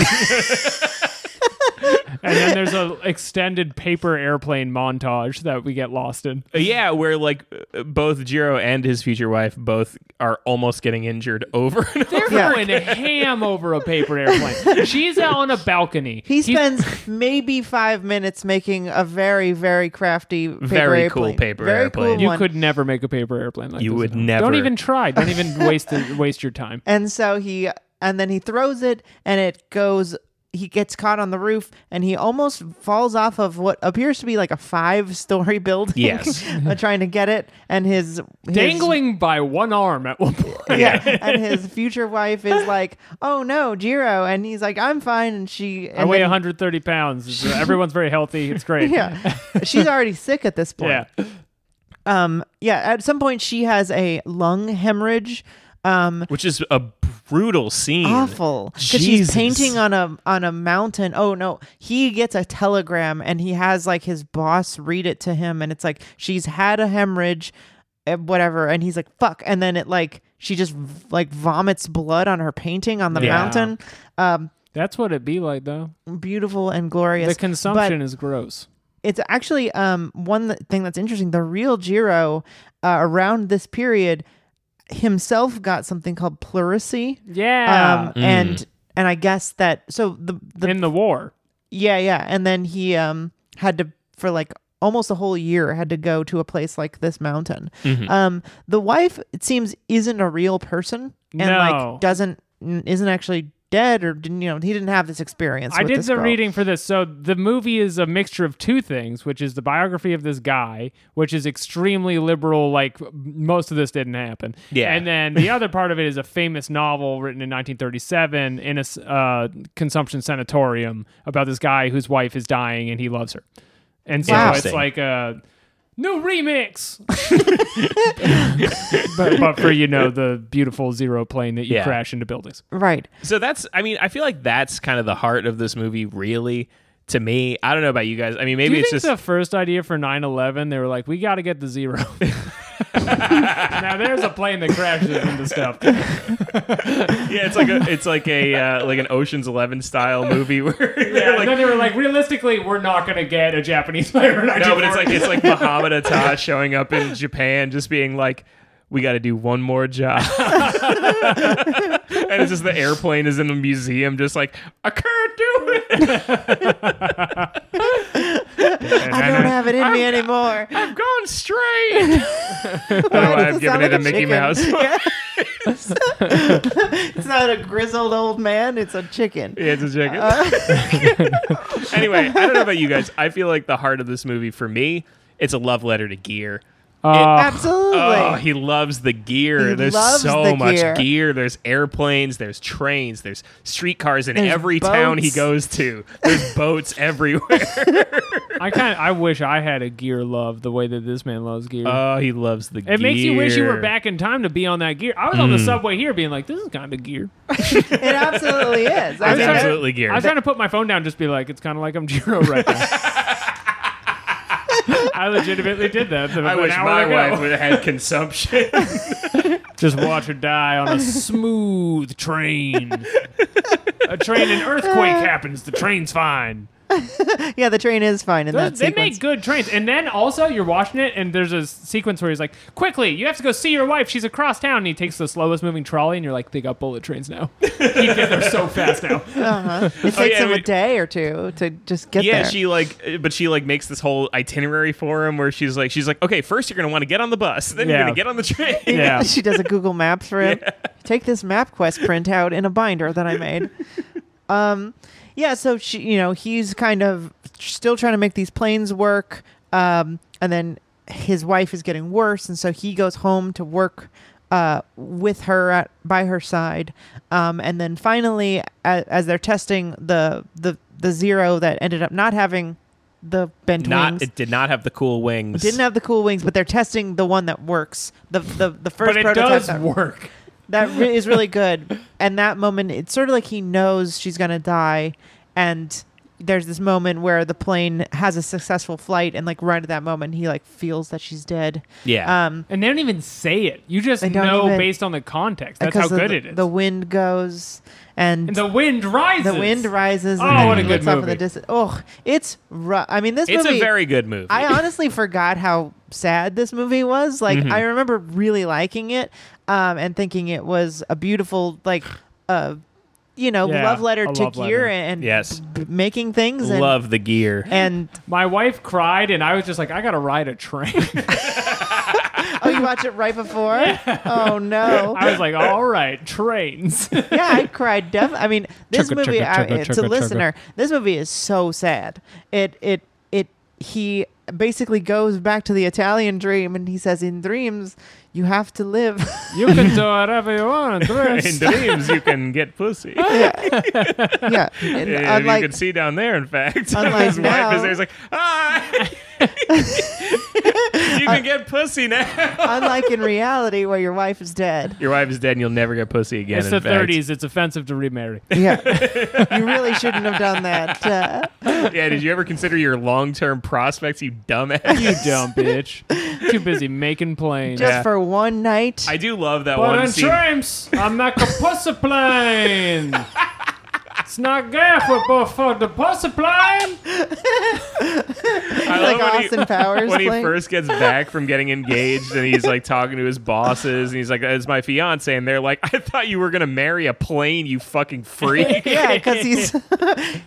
Speaker 5: and then there's a extended paper airplane montage that we get lost in
Speaker 4: yeah, where like uh, both Jiro and his future wife both are almost getting injured over and over.
Speaker 5: they're going ham over a paper airplane she's out on a balcony
Speaker 3: He
Speaker 5: He's-
Speaker 3: spends maybe five minutes making a very, very crafty, paper
Speaker 4: Very
Speaker 3: airplane.
Speaker 4: cool paper
Speaker 3: very
Speaker 4: airplane.
Speaker 3: Cool
Speaker 5: you
Speaker 3: one.
Speaker 5: could never make a paper airplane like
Speaker 4: You
Speaker 5: this
Speaker 4: would
Speaker 5: at home.
Speaker 4: never.
Speaker 5: don't even try don't even waste waste your time
Speaker 3: and so he and then he throws it and it goes he gets caught on the roof and he almost falls off of what appears to be like a five story building
Speaker 4: Yes.
Speaker 3: uh, trying to get it and his, his
Speaker 5: Dangling by one arm at one point.
Speaker 3: yeah and his future wife is like oh no Jiro and he's like I'm fine and she and
Speaker 5: I weigh
Speaker 3: then-
Speaker 5: 130 pounds. So Everyone's very healthy. It's great.
Speaker 3: yeah she's already sick at this point
Speaker 5: Yeah.
Speaker 3: um yeah at some point she has a lung hemorrhage um
Speaker 4: which is a brutal scene.
Speaker 3: awful because she's
Speaker 4: Jesus.
Speaker 3: painting on a on a mountain oh no he gets a telegram and he has like his boss read it to him and it's like she's had a hemorrhage eh, whatever and he's like fuck and then it like she just v- like vomits blood on her painting on the
Speaker 4: Yeah.
Speaker 3: mountain um
Speaker 5: That's what it'd be like, though.
Speaker 3: beautiful and glorious
Speaker 5: The
Speaker 3: But-
Speaker 5: consumption is gross.
Speaker 3: it's actually um one th- thing that's interesting. The real Jiro uh, around this period himself got something called pleurisy.
Speaker 5: Yeah.
Speaker 3: Um, and and I guess that so the the
Speaker 5: in the war.
Speaker 3: yeah yeah and then he um had to for like almost a whole year had to go to a place like this mountain. Um, the wife it seems isn't a real person and
Speaker 5: No.
Speaker 3: like doesn't isn't actually dead or didn't you know he didn't have this experience.
Speaker 5: I
Speaker 3: with
Speaker 5: did
Speaker 3: this
Speaker 5: the
Speaker 3: girl.
Speaker 5: reading for this. So the movie is a mixture of two things, which is the biography of this guy, which is extremely liberal, like most of this didn't happen.
Speaker 4: Yeah.
Speaker 5: And then the other part of it is a famous novel written in 1937 in a s- uh, consumption sanatorium about this guy whose wife is dying and he loves her. And so
Speaker 3: Wow.
Speaker 5: it's like a new remix. but, but for, you know, the beautiful zero plane that you
Speaker 4: Yeah.
Speaker 5: crash into buildings.
Speaker 3: right.
Speaker 4: So that's, I mean, I feel like that's kind of the heart of this movie, really. To me, I don't know about you guys. I mean, maybe
Speaker 5: Do you
Speaker 4: it's
Speaker 5: think
Speaker 4: just
Speaker 5: the first idea for 9-11, they were like, we got to get the zero. now there's a plane that crashes into stuff.
Speaker 4: yeah. It's like a, it's like a uh, like an Ocean's Eleven style movie where
Speaker 5: Yeah,
Speaker 4: they're
Speaker 5: and then they were like, realistically, we're not going to get a Japanese player. in
Speaker 4: No, but it's
Speaker 5: 1940.
Speaker 4: like it's like Muhammad Atta showing up in Japan, just being like, "We got to do one more job," and it's just the airplane is in the museum, just like I can't do it.
Speaker 3: I don't have it in me anymore.
Speaker 4: I've gone straight. I don't know
Speaker 3: Why
Speaker 4: why
Speaker 3: does
Speaker 4: I've
Speaker 3: it sound
Speaker 4: given it a
Speaker 3: like a
Speaker 4: Mickey
Speaker 3: chicken?
Speaker 4: Mouse. yeah,
Speaker 3: It's not a grizzled old man, it's a chicken.
Speaker 4: it's a chicken. Uh, anyway, I don't know about you guys. I feel like the heart of this movie for me, it's a love letter to gear.
Speaker 3: Absolutely.
Speaker 4: Oh, he loves the gear.
Speaker 3: He
Speaker 4: there's
Speaker 3: loves
Speaker 4: so
Speaker 3: the
Speaker 4: much
Speaker 3: gear.
Speaker 4: gear. There's airplanes, there's trains, there's streetcars in
Speaker 3: There's
Speaker 4: every town he
Speaker 3: boats.
Speaker 4: goes to. There's boats everywhere.
Speaker 5: I kind of I wish I had a gear love the way that this man loves gear.
Speaker 4: Oh, he loves the gear. Hmm.
Speaker 5: it makes you wish you were back in time to be on that gear. I was on the subway here, being like, "This is kind of gear."
Speaker 3: it absolutely is. I
Speaker 4: It's
Speaker 3: mean,
Speaker 4: absolutely gear.
Speaker 5: I was trying to put my phone down, just be like, "It's kind of like I'm Jiro right now." I legitimately did that.
Speaker 4: I
Speaker 5: an
Speaker 4: wish
Speaker 5: hour
Speaker 4: my
Speaker 5: ago.
Speaker 4: wife would have had consumption.
Speaker 5: Just watch her die on a smooth train. a train, an earthquake happens. The train's fine.
Speaker 3: yeah, the train is fine in
Speaker 5: They
Speaker 3: that sequence.
Speaker 5: make good trains. And then also, you're watching it, and there's a s- sequence where he's like, Quickly, you have to go see your wife. She's across town. And he takes the slowest moving trolley, and you're like, They got bullet trains now. you get there so fast now.
Speaker 3: it takes
Speaker 4: yeah,
Speaker 3: him a
Speaker 4: we-
Speaker 3: day or two to just get
Speaker 4: yeah,
Speaker 3: there.
Speaker 4: she like, uh, but she like makes this whole itinerary for him where she's like, she's like, okay, first you're gonna want to get on the bus, then
Speaker 5: Yeah.
Speaker 4: you're gonna get on the train.
Speaker 5: Yeah.
Speaker 3: she does a Google Maps for him. Take this MapQuest printout in a binder that I made. Um, yeah, so she, you know, he's kind of still trying to make these planes work. Um, and then his wife is getting worse, and so he goes home to work uh, with her at, by her side. Um, and then finally, as, as they're testing the the the zero that ended up not having the bent wings,
Speaker 4: Not, it did not have the cool wings.
Speaker 3: didn't have the cool wings, but they're testing the one that works. The the the first
Speaker 5: But it
Speaker 3: prototype
Speaker 5: does
Speaker 3: that
Speaker 5: work.
Speaker 3: that re- is really good. And that moment, it's sort of like he knows she's gonna die, and there's this moment where the plane has a successful flight, and like right at that moment, he like feels that she's dead.
Speaker 4: Yeah.
Speaker 3: Um,
Speaker 5: And they don't even say it. You just
Speaker 3: They don't
Speaker 5: know
Speaker 3: even-
Speaker 5: based on the context. That's how
Speaker 3: because
Speaker 5: good
Speaker 3: the,
Speaker 5: it is.
Speaker 3: The wind goes, and,
Speaker 5: and the wind rises.
Speaker 3: the wind rises.
Speaker 5: Oh,
Speaker 3: and
Speaker 5: what a
Speaker 3: he
Speaker 5: good
Speaker 3: looks off in
Speaker 5: movie.
Speaker 3: the distance. Oh, it's rough. I mean, this
Speaker 4: it's
Speaker 3: movie.
Speaker 4: a very good movie.
Speaker 3: I honestly forgot how sad this movie was. Like
Speaker 4: Mm-hmm.
Speaker 3: I remember really liking it um, and thinking it was a beautiful like uh you know
Speaker 5: Yeah,
Speaker 3: love letter
Speaker 5: a
Speaker 3: to
Speaker 5: love
Speaker 3: gear
Speaker 5: letter.
Speaker 3: and
Speaker 4: Yes.
Speaker 3: b- b- making things and
Speaker 4: love the gear.
Speaker 3: and
Speaker 5: My wife cried, and I was just like, I got to ride a train.
Speaker 3: oh always watch it right before. Oh no!
Speaker 5: I was like, all right, trains.
Speaker 3: Yeah, I cried. Def- I mean, this
Speaker 4: Chugga,
Speaker 3: movie
Speaker 4: chugga,
Speaker 3: I,
Speaker 4: chugga,
Speaker 3: uh, to
Speaker 4: chugga,
Speaker 3: listener, this movie is so sad. It it it he basically goes back to the Italian dream, and he says, "In dreams, you have to live."
Speaker 5: you can do whatever you want in
Speaker 4: In
Speaker 5: dreams.
Speaker 4: dreams, you can get pussy.
Speaker 3: yeah, and
Speaker 4: And
Speaker 3: unlike
Speaker 4: you can see down there, in fact.
Speaker 3: Unlike
Speaker 4: his
Speaker 3: now.
Speaker 4: wife is there. He's like, hi. you can get pussy now.
Speaker 3: unlike in reality where your wife is dead.
Speaker 4: Your wife is dead and you'll never get pussy again.
Speaker 5: It's
Speaker 4: in
Speaker 5: the
Speaker 4: fact.
Speaker 5: 30s. It's offensive to remarry.
Speaker 3: Yeah, you really shouldn't have done that. Uh,
Speaker 4: Yeah, did you ever consider your long term prospects, you dumbass?
Speaker 5: You dumb bitch. Too busy making planes.
Speaker 3: just
Speaker 4: Yeah.
Speaker 3: for one night.
Speaker 4: I do love that
Speaker 5: But
Speaker 4: one
Speaker 5: in
Speaker 4: scene.
Speaker 5: dreams, I make a pussy plane. It's not gay for both for the pussy plane.
Speaker 4: I
Speaker 3: like
Speaker 4: love when he-
Speaker 3: Austin Powers.
Speaker 4: when he
Speaker 3: playing.
Speaker 4: first gets back from getting engaged and he's like talking to his bosses and he's like, it's my fiance. And they're like, I thought you were going to marry a plane, you fucking freak.
Speaker 3: yeah, because he's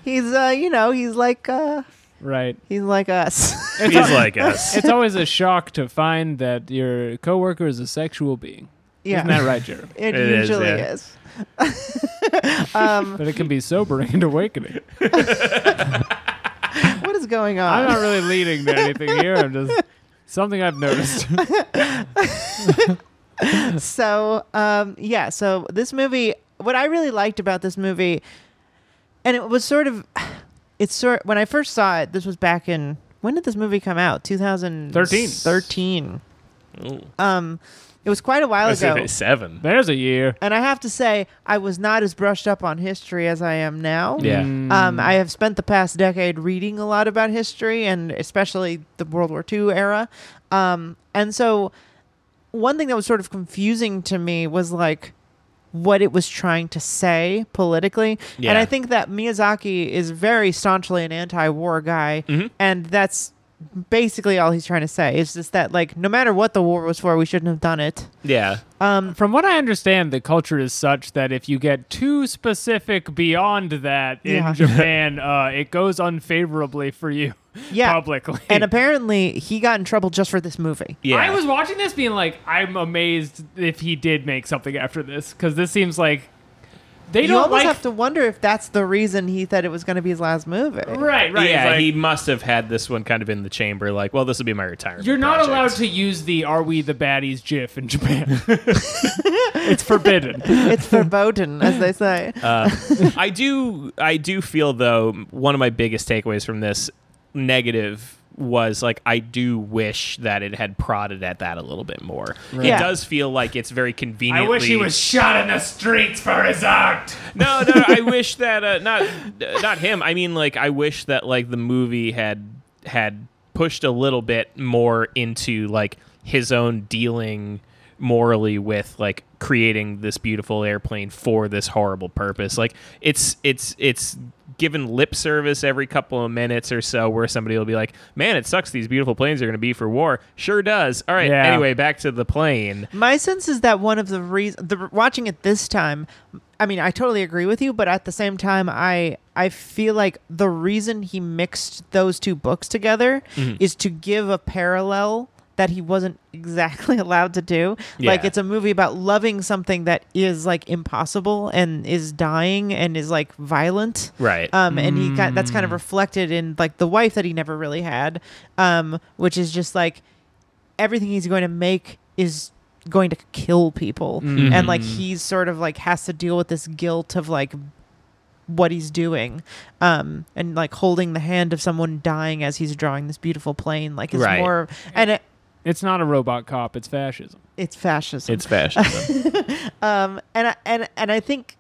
Speaker 3: he's uh, you know he's like uh,
Speaker 5: Right.
Speaker 3: he's like us.
Speaker 4: he's like "Oh, us.
Speaker 5: It's always a shock to find that your coworker is a sexual being.
Speaker 3: yeah,
Speaker 5: Isn't that right, Jeremy?
Speaker 3: it,
Speaker 4: It is,
Speaker 3: usually
Speaker 4: yeah.
Speaker 3: is.
Speaker 5: But it can be sobering and awakening.
Speaker 3: What is going
Speaker 5: I'm
Speaker 3: on?
Speaker 5: not really leading to anything here. I'm just something I've noticed.
Speaker 3: So um, yeah, so this movie, what I really liked about this movie, and it was sort of, it's sort when I first saw it. This was back in when did this movie come out? 2013. 13. Um, it was quite a while
Speaker 4: I was gonna
Speaker 3: ago.
Speaker 4: say Seven.
Speaker 5: There's a year.
Speaker 3: And I have to say, I was not as brushed up on history as I am now.
Speaker 4: Yeah.
Speaker 5: Mm.
Speaker 3: Um, I have spent the past decade reading a lot about history and especially the World War II era. Um, and so, one thing that was sort of confusing to me was like what it was trying to say politically. And
Speaker 4: Yeah.
Speaker 3: I think that Miyazaki is very staunchly an anti war guy. And that's basically all he's trying to say is just that, like, no matter what the war was for, we shouldn't have done it.
Speaker 4: Yeah.
Speaker 5: From what I understand, the culture is such that if you get too specific beyond that in
Speaker 3: Yeah.
Speaker 5: Japan, uh, it goes unfavorably for you
Speaker 3: Yeah.
Speaker 5: publicly.
Speaker 3: And apparently, he got in trouble just for this movie.
Speaker 4: Yeah.
Speaker 5: I was watching this being like, I'm amazed if he did make something after this because this seems like they
Speaker 3: You
Speaker 5: don't
Speaker 3: almost
Speaker 5: like.
Speaker 3: have to wonder if that's the reason he said it was going to be his last movie.
Speaker 5: right, right.
Speaker 4: yeah,
Speaker 5: It's like,
Speaker 4: he must have had this one kind of in the chamber, like, well, this will be my retirement.
Speaker 5: You're not
Speaker 4: project.
Speaker 5: allowed to use the "Are we the baddies?" GIF in Japan. it's forbidden.
Speaker 3: It's verboten, as they say.
Speaker 5: Uh,
Speaker 4: I do I do feel though one of my biggest takeaways from this negative was like I do wish that it had prodded at that a little bit more.
Speaker 3: Yeah.
Speaker 4: It does feel like it's very convenient.
Speaker 5: I wish he was shot in the streets for his act.
Speaker 4: No, no, no, I wish that uh, not not him. I mean like I wish that like the movie had had pushed a little bit more into like his own dealing morally with like creating this beautiful airplane for this horrible purpose. Like it's it's it's given lip service every couple of minutes or so where somebody will be like, "Man, it sucks these beautiful planes are going to be for war." Sure does. All right.
Speaker 5: Yeah.
Speaker 4: Anyway, back to the plane.
Speaker 3: My sense is that one of the reasons, the, watching it this time, I mean, I totally agree with you, but at the same time, I I feel like the reason he mixed those two books together
Speaker 5: Mm-hmm.
Speaker 3: is to give a parallel that he wasn't exactly allowed to do. Like
Speaker 4: Yeah.
Speaker 3: it's a movie about loving something that is like impossible and is dying and is like violent.
Speaker 4: Right.
Speaker 3: um, and he got that's
Speaker 4: Hmm.
Speaker 3: kind of reflected in like the wife that he never really had, um, which is just like everything he's going to make is going to kill people,
Speaker 4: Mm-hmm.
Speaker 3: and like he's sort of like has to deal with this guilt of like what he's doing, um, and like holding the hand of someone dying as he's drawing this beautiful plane, like it's
Speaker 4: Right.
Speaker 3: more and it,
Speaker 5: It's not a robot cop. It's fascism.
Speaker 3: it's fascism.
Speaker 4: It's fascism.
Speaker 3: um, and I, and and I think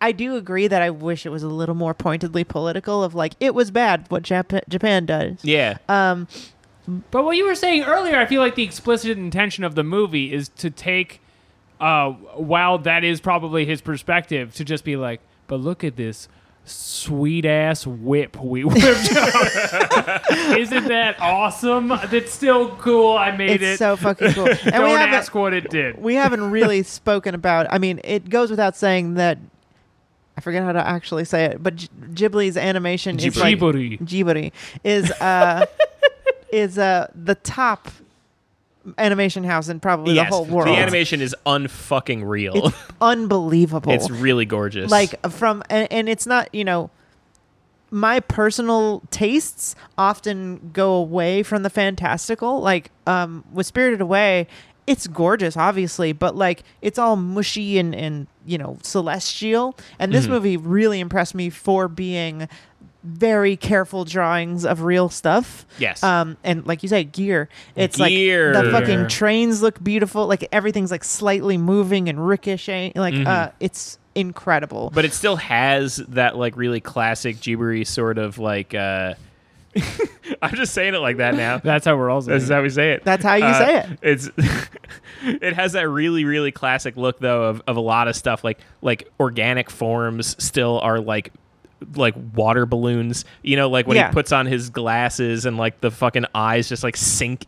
Speaker 3: I do agree that I wish it was a little more pointedly political of like it was bad what Jap- Japan does.
Speaker 4: yeah.
Speaker 3: Um,
Speaker 5: But what you were saying earlier, I feel like the explicit intention of the movie is to take, uh, while that is probably his perspective, to just be like, but look at this sweet ass whip we whipped out. Isn't that awesome? That's still cool. I made
Speaker 3: it's
Speaker 5: it.
Speaker 3: so fucking cool. And
Speaker 5: Don't
Speaker 3: we haven't
Speaker 5: ask what it did.
Speaker 3: we haven't really spoken about. I mean, it goes without saying that I forget how to actually say it, but G- Ghibli's animation is like
Speaker 5: Jiburi.
Speaker 3: Ghibli is uh is uh the top animation house in probably
Speaker 4: yes,
Speaker 3: the whole world.
Speaker 4: animation is unfucking real.
Speaker 3: It's
Speaker 4: It's,
Speaker 3: unbelievable.
Speaker 4: really gorgeous.
Speaker 3: like from and, and it's not you know my personal tastes often go away from the fantastical like um with spirited away it's gorgeous obviously but like it's all mushy and and you know celestial and
Speaker 4: Mm-hmm.
Speaker 3: this movie really impressed me for being very careful drawings of real stuff
Speaker 4: Yes.
Speaker 3: um and like you say gear it's
Speaker 4: Gear.
Speaker 3: like the fucking
Speaker 5: Gear.
Speaker 3: trains look beautiful like everything's like slightly moving and ricocheting like
Speaker 5: Mm-hmm.
Speaker 3: uh it's incredible
Speaker 4: but it still has that like really classic gibbery sort of like. uh I'm just saying it like that now.
Speaker 5: That's how we're all.
Speaker 4: This is how we say it. Uh,
Speaker 3: That's how you say it.
Speaker 4: It's it has that really really classic look though of, of a lot of stuff like like organic forms still are like like water balloons. You know, like when
Speaker 3: Yeah.
Speaker 4: he puts on his glasses and like the fucking eyes just like sink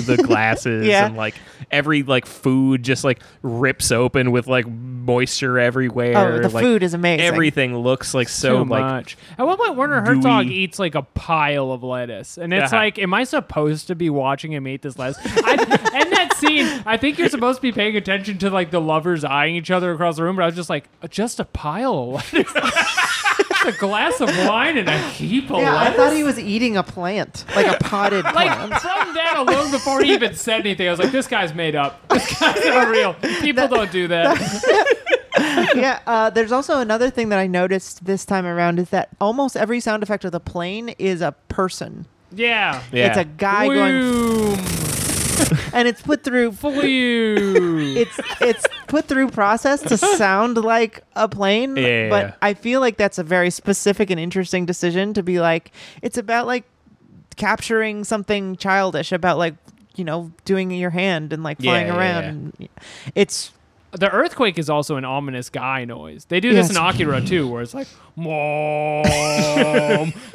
Speaker 4: the glasses
Speaker 3: Yeah.
Speaker 4: and like every like food just like rips open with like moisture everywhere.
Speaker 3: Oh, the
Speaker 4: like,
Speaker 3: food is amazing.
Speaker 4: Everything looks like so
Speaker 5: too
Speaker 4: like
Speaker 5: much. At one point, Werner Herzog
Speaker 4: gooey.
Speaker 5: eats like a pile of lettuce, and it's
Speaker 4: Yeah.
Speaker 5: like, am I supposed to be watching him eat this lettuce? I, in that scene, I think you're supposed to be paying attention to like the lovers eyeing each other across the room, but I was just like, uh, just a pile of lettuce. Just a glass of wine and a heap of
Speaker 3: Yeah,
Speaker 5: lettuce.
Speaker 3: I thought he was eating a plant, like a potted
Speaker 5: like
Speaker 3: plant.
Speaker 5: from that alone, before he even said anything, I was like, "This guy's made up. This guy's not real. People don't do that."
Speaker 3: yeah. Uh, there's also another thing that I noticed this time around is that almost every sound effect of the plane is a person.
Speaker 5: Yeah,
Speaker 4: Yeah.
Speaker 3: It's a guy going,
Speaker 5: Bloom,
Speaker 3: and it's put through.
Speaker 5: bloom.
Speaker 3: It's it's put through process to sound like a plane.
Speaker 4: Yeah.
Speaker 3: But I feel like that's a very specific and interesting decision to be like. It's about like capturing something childish about like you know doing your hand and like
Speaker 4: Yeah,
Speaker 3: flying
Speaker 4: yeah,
Speaker 3: around. It's
Speaker 5: The earthquake is also an ominous guy noise. They do this
Speaker 3: Yes.
Speaker 5: in Akira too, where it's like mom,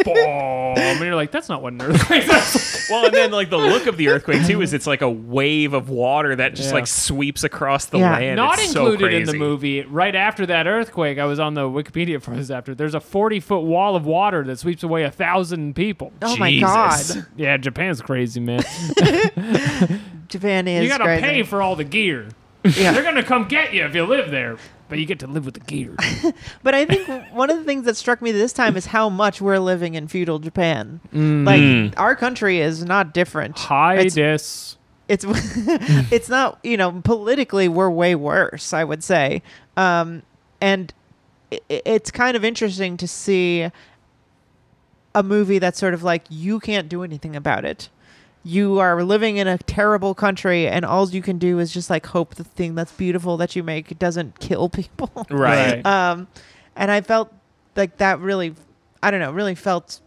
Speaker 5: bomb, and you're like, that's not what an earthquake is.
Speaker 4: Well, and then like the look of the earthquake too is it's like a wave of water that just
Speaker 5: Yeah.
Speaker 4: like sweeps across the
Speaker 3: Yeah.
Speaker 4: land.
Speaker 5: not
Speaker 4: It's so
Speaker 5: included in the
Speaker 4: crazy.
Speaker 5: movie. Right after that earthquake, I was on the Wikipedia for this. After there's a 40 foot wall of water that sweeps away a thousand people.
Speaker 3: oh my
Speaker 4: Jesus.
Speaker 3: god,
Speaker 5: Yeah, Japan's crazy, man.
Speaker 3: Japan is
Speaker 5: you gotta
Speaker 3: crazy.
Speaker 5: pay for all the gear.
Speaker 3: Yeah.
Speaker 5: They're gonna come get you if you live there, but you get to live with the gear.
Speaker 3: But I think one of the things that struck me this time is how much we're living in feudal Japan.
Speaker 4: Mm.
Speaker 3: Like our country is not different.
Speaker 5: High
Speaker 3: It's-
Speaker 5: dis.
Speaker 3: It's it's not you know politically we're way worse. I would say, um, and i i- it's kind of interesting to see a movie that's sort of like you can't do anything about it. You are living in a terrible country, and all you can do is just like hope the thing that's beautiful that you make doesn't kill people.
Speaker 4: Right.
Speaker 5: Right.
Speaker 3: um and i felt like that really i don't know really felt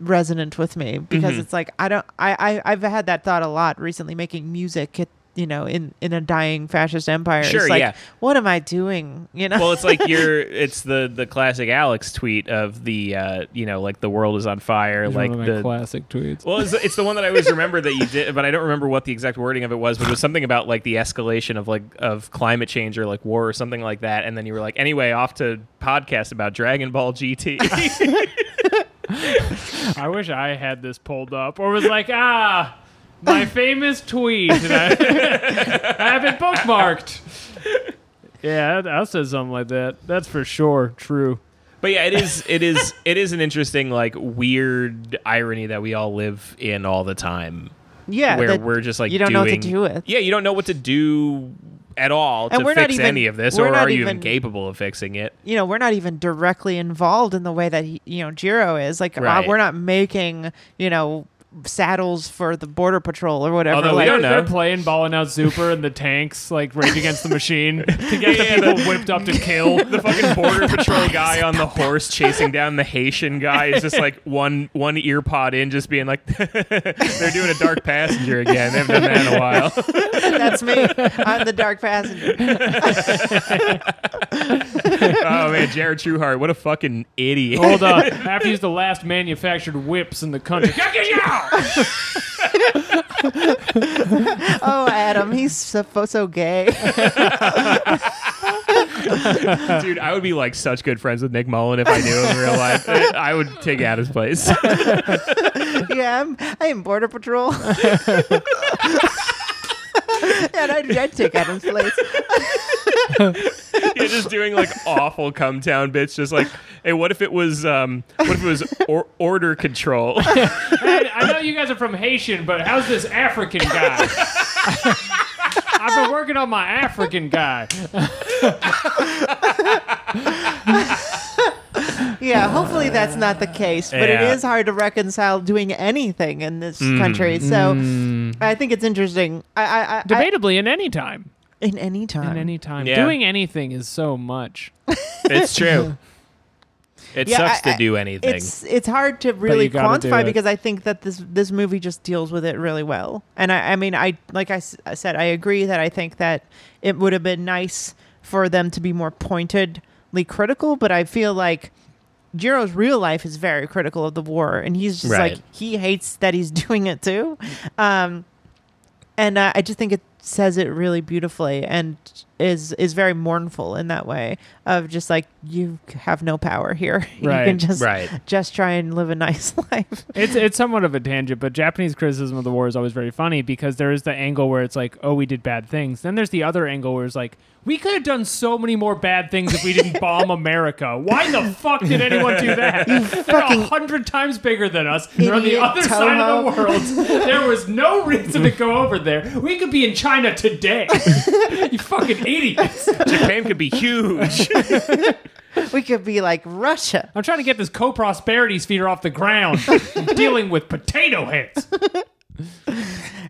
Speaker 3: resonant with me
Speaker 4: Mm-hmm.
Speaker 3: because it's like i don't I, I i've had that thought a lot recently making music at, you know in in a dying fascist empire
Speaker 4: Sure,
Speaker 3: it's like
Speaker 4: yeah.
Speaker 3: what am i doing you know
Speaker 4: Well, it's like you're. It's the the classic Alex tweet of the uh, you know like the world is on fire. like the
Speaker 5: classic tweets.
Speaker 4: well, it's, it's the one that I always remember that you did, but I don't remember what the exact wording of it was. But it was something about like the escalation of like of climate change or like war or something like that. And then you were like, anyway, off to podcast about Dragon Ball GT.
Speaker 5: I wish I had this pulled up or was like, ah, my famous tweet. And I, I have it bookmarked. Yeah, that- I'll say something like that. That's for sure true.
Speaker 4: But yeah, it is it is it is an interesting like weird irony that we all live in all the time,
Speaker 3: yeah
Speaker 4: where
Speaker 3: that
Speaker 4: we're just like
Speaker 3: you don't know what to
Speaker 4: doing-
Speaker 3: do with
Speaker 4: Yeah, you don't know what to do at all
Speaker 3: And
Speaker 4: to
Speaker 3: we're
Speaker 4: fix
Speaker 3: not even-
Speaker 4: any of this,
Speaker 3: we're
Speaker 4: or
Speaker 3: not
Speaker 4: are you even
Speaker 3: even-
Speaker 4: capable of fixing it?
Speaker 3: you know, we're not even directly involved in the way that he, you know Jiro is. Like, uh,
Speaker 4: Right.
Speaker 3: we're not making you know saddles for the border patrol or whatever.
Speaker 4: Although Oh, we
Speaker 3: like,
Speaker 4: don't
Speaker 5: They're, they're
Speaker 4: know.
Speaker 5: playing balling out super in the tanks, like Rage Against the Machine, to get the people whipped up to kill.
Speaker 4: The fucking border patrol guy on the horse chasing down the Haitian guy is just like one one ear pod in, just being like, they're doing a dark passenger again. They haven't done that in a while.
Speaker 3: That's me. I'm the dark passenger.
Speaker 4: Oh man, Jared Trueheart, what a fucking idiot.
Speaker 5: Hold on. After he's the last manufactured whips in the country.
Speaker 3: Oh, Adam, he's so, so gay.
Speaker 4: Dude, I would be like such good friends with Nick Mullen if I knew him in real life. I would take out his place.
Speaker 3: yeah, I'm, I am Border Patrol. man, I'd, I'd take Adam's place.
Speaker 4: Yeah, just doing like awful come town bitch. Just like, hey, what if it was um, what if it was or- order control?
Speaker 5: Man, I know you guys are from Haitian, but how's this African guy? I've been working on my African guy.
Speaker 3: Yeah, hopefully that's not the case, but
Speaker 4: Yeah.
Speaker 3: it is hard to reconcile doing anything in this country. So I think it's interesting. I, I, I, I
Speaker 5: Debatably, in any time,
Speaker 3: in any time,
Speaker 5: in any time,
Speaker 4: Yeah.
Speaker 5: doing anything is so much.
Speaker 4: it's true. It
Speaker 3: Yeah,
Speaker 4: sucks
Speaker 3: I-
Speaker 4: to do anything.
Speaker 3: it's it's hard to really
Speaker 5: gotta do
Speaker 3: quantify
Speaker 5: it.
Speaker 3: because I think that this this movie just deals with it really well. And I, I mean, I like I, s- I said, I agree that I think that it would have been nice for them to be more pointedly critical, but I feel like. Jiro's real life is very critical of the war, and he's just
Speaker 4: Right.
Speaker 3: like he hates that he's doing it too. Um, and uh, I just think it says it really beautifully and is is very mournful in that way of just like you have no power here.
Speaker 5: Right,
Speaker 3: you can just
Speaker 4: right.
Speaker 3: just try and live a nice life.
Speaker 5: It's it's somewhat of a tangent, but Japanese criticism of the war is always very funny because there is the angle where it's like, oh, we did bad things. Then there's the other angle where it's like, we could have done so many more bad things if we didn't bomb America. Why the fuck did anyone do that? They're a
Speaker 3: fucking-
Speaker 5: hundred times bigger than us. They're on the
Speaker 3: idiot
Speaker 5: other side of
Speaker 3: Toho.
Speaker 5: the world. There was no reason to go over there. We could be in China today. you fucking idiots.
Speaker 4: Japan could be huge.
Speaker 3: we could be like Russia.
Speaker 5: I'm trying to get this co-prosperity sphere off the ground. I'm dealing with potato heads.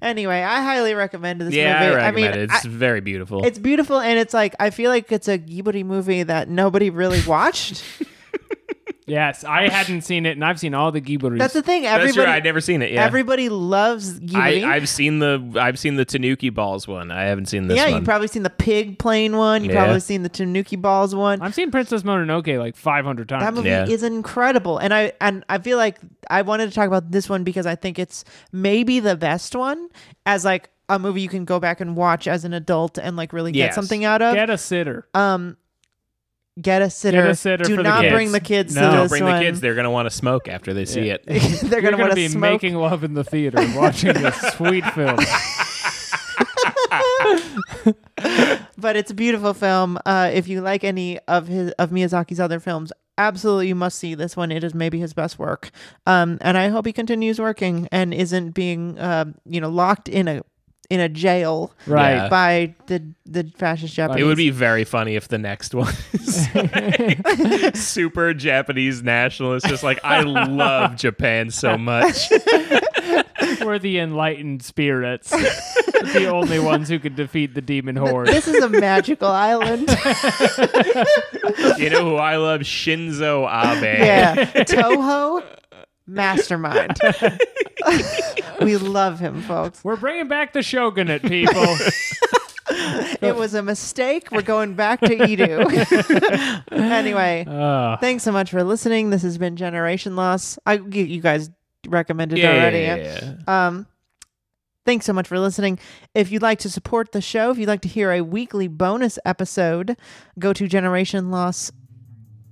Speaker 3: Anyway, I highly recommend this
Speaker 4: yeah, I
Speaker 3: movie.
Speaker 4: recommend
Speaker 3: mean,
Speaker 4: it.
Speaker 3: I-
Speaker 4: It's very beautiful.
Speaker 3: it's beautiful and it's like I feel like it's a Ghibli movie that nobody really watched.
Speaker 5: Yes, I hadn't seen it, and I've seen all the Ghibaris.
Speaker 3: That's the thing. Everybody
Speaker 4: That's true. I've never seen it. Yeah.
Speaker 3: everybody loves Ghibli.
Speaker 4: I, I've seen the I've seen the Tanuki balls one. I haven't seen this
Speaker 3: yeah,
Speaker 4: one.
Speaker 3: you've probably seen the pig plane one. You've
Speaker 4: Yeah.
Speaker 3: probably seen the Tanuki Balls one.
Speaker 5: I've seen Princess Mononoke like 500 times.
Speaker 3: That movie
Speaker 4: Yeah.
Speaker 3: is incredible, and I and I feel like I wanted to talk about this one because I think it's maybe the best one as like a movie you can go back and watch as an adult and like really get
Speaker 4: Yes.
Speaker 3: something out of. Get,
Speaker 5: Get a sitter.
Speaker 3: a sitter.
Speaker 5: Get a sitter
Speaker 3: Do
Speaker 5: for the
Speaker 3: not
Speaker 5: kids.
Speaker 3: bring the kids
Speaker 5: No.
Speaker 3: to
Speaker 4: Don't
Speaker 3: this
Speaker 4: bring
Speaker 3: one.
Speaker 4: the kids. They're gonna want to smoke after they see it.
Speaker 3: They're
Speaker 5: You're
Speaker 3: gonna
Speaker 5: going
Speaker 3: want
Speaker 5: to
Speaker 3: to
Speaker 5: be
Speaker 3: smoke.
Speaker 5: making love in the theater watching this sweet film.
Speaker 3: but it's a beautiful film. Uh, if you like any of his of Miyazaki's other films, absolutely you must see this one. It is maybe his best work, um, and I hope he continues working and isn't being uh, you know locked in a in a jail
Speaker 5: Right.
Speaker 4: Yeah.
Speaker 3: by the the fascist Japanese.
Speaker 4: It would be very funny if the next one is like super Japanese nationalist, just like I love Japan so much.
Speaker 5: We're the enlightened spirits. the only ones who could defeat the demon horde.
Speaker 3: This is a magical island.
Speaker 4: You know who I love? Shinzo Abe.
Speaker 3: Yeah, Toho mastermind. we love him, folks.
Speaker 5: We're bringing back the shogunate, people.
Speaker 3: It was a mistake. We're going back to Edo. anyway,
Speaker 4: Ah.
Speaker 5: Uh,
Speaker 3: Thanks so much for listening. This has been Generation Loss. I you- you guys recommended
Speaker 4: Yeah,
Speaker 3: already.
Speaker 4: yeah, yeah, yeah.
Speaker 3: Um thanks so much for listening. If you'd like to support the show, if you'd like to hear a weekly bonus episode, go to Generation Loss.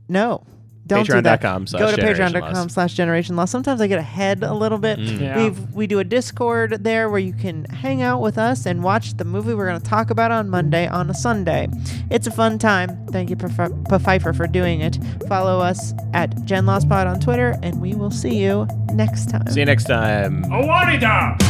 Speaker 3: No. Don't do that.
Speaker 4: Patreon.com slash
Speaker 3: Go to
Speaker 4: Generation
Speaker 3: patreon.com
Speaker 4: Loss. Mm.
Speaker 3: slash generation loss. Sometimes I get ahead a little bit.
Speaker 5: Yeah.
Speaker 3: We've, we do a Discord there where you can hang out with us and watch the movie we're going to talk about on Monday on a Sunday. It's a fun time. Thank you, Pf- Pfeiffer, for doing it. Follow us at GenLossPod on Twitter, and we will see you next time.
Speaker 4: See you next time.
Speaker 5: Awarida!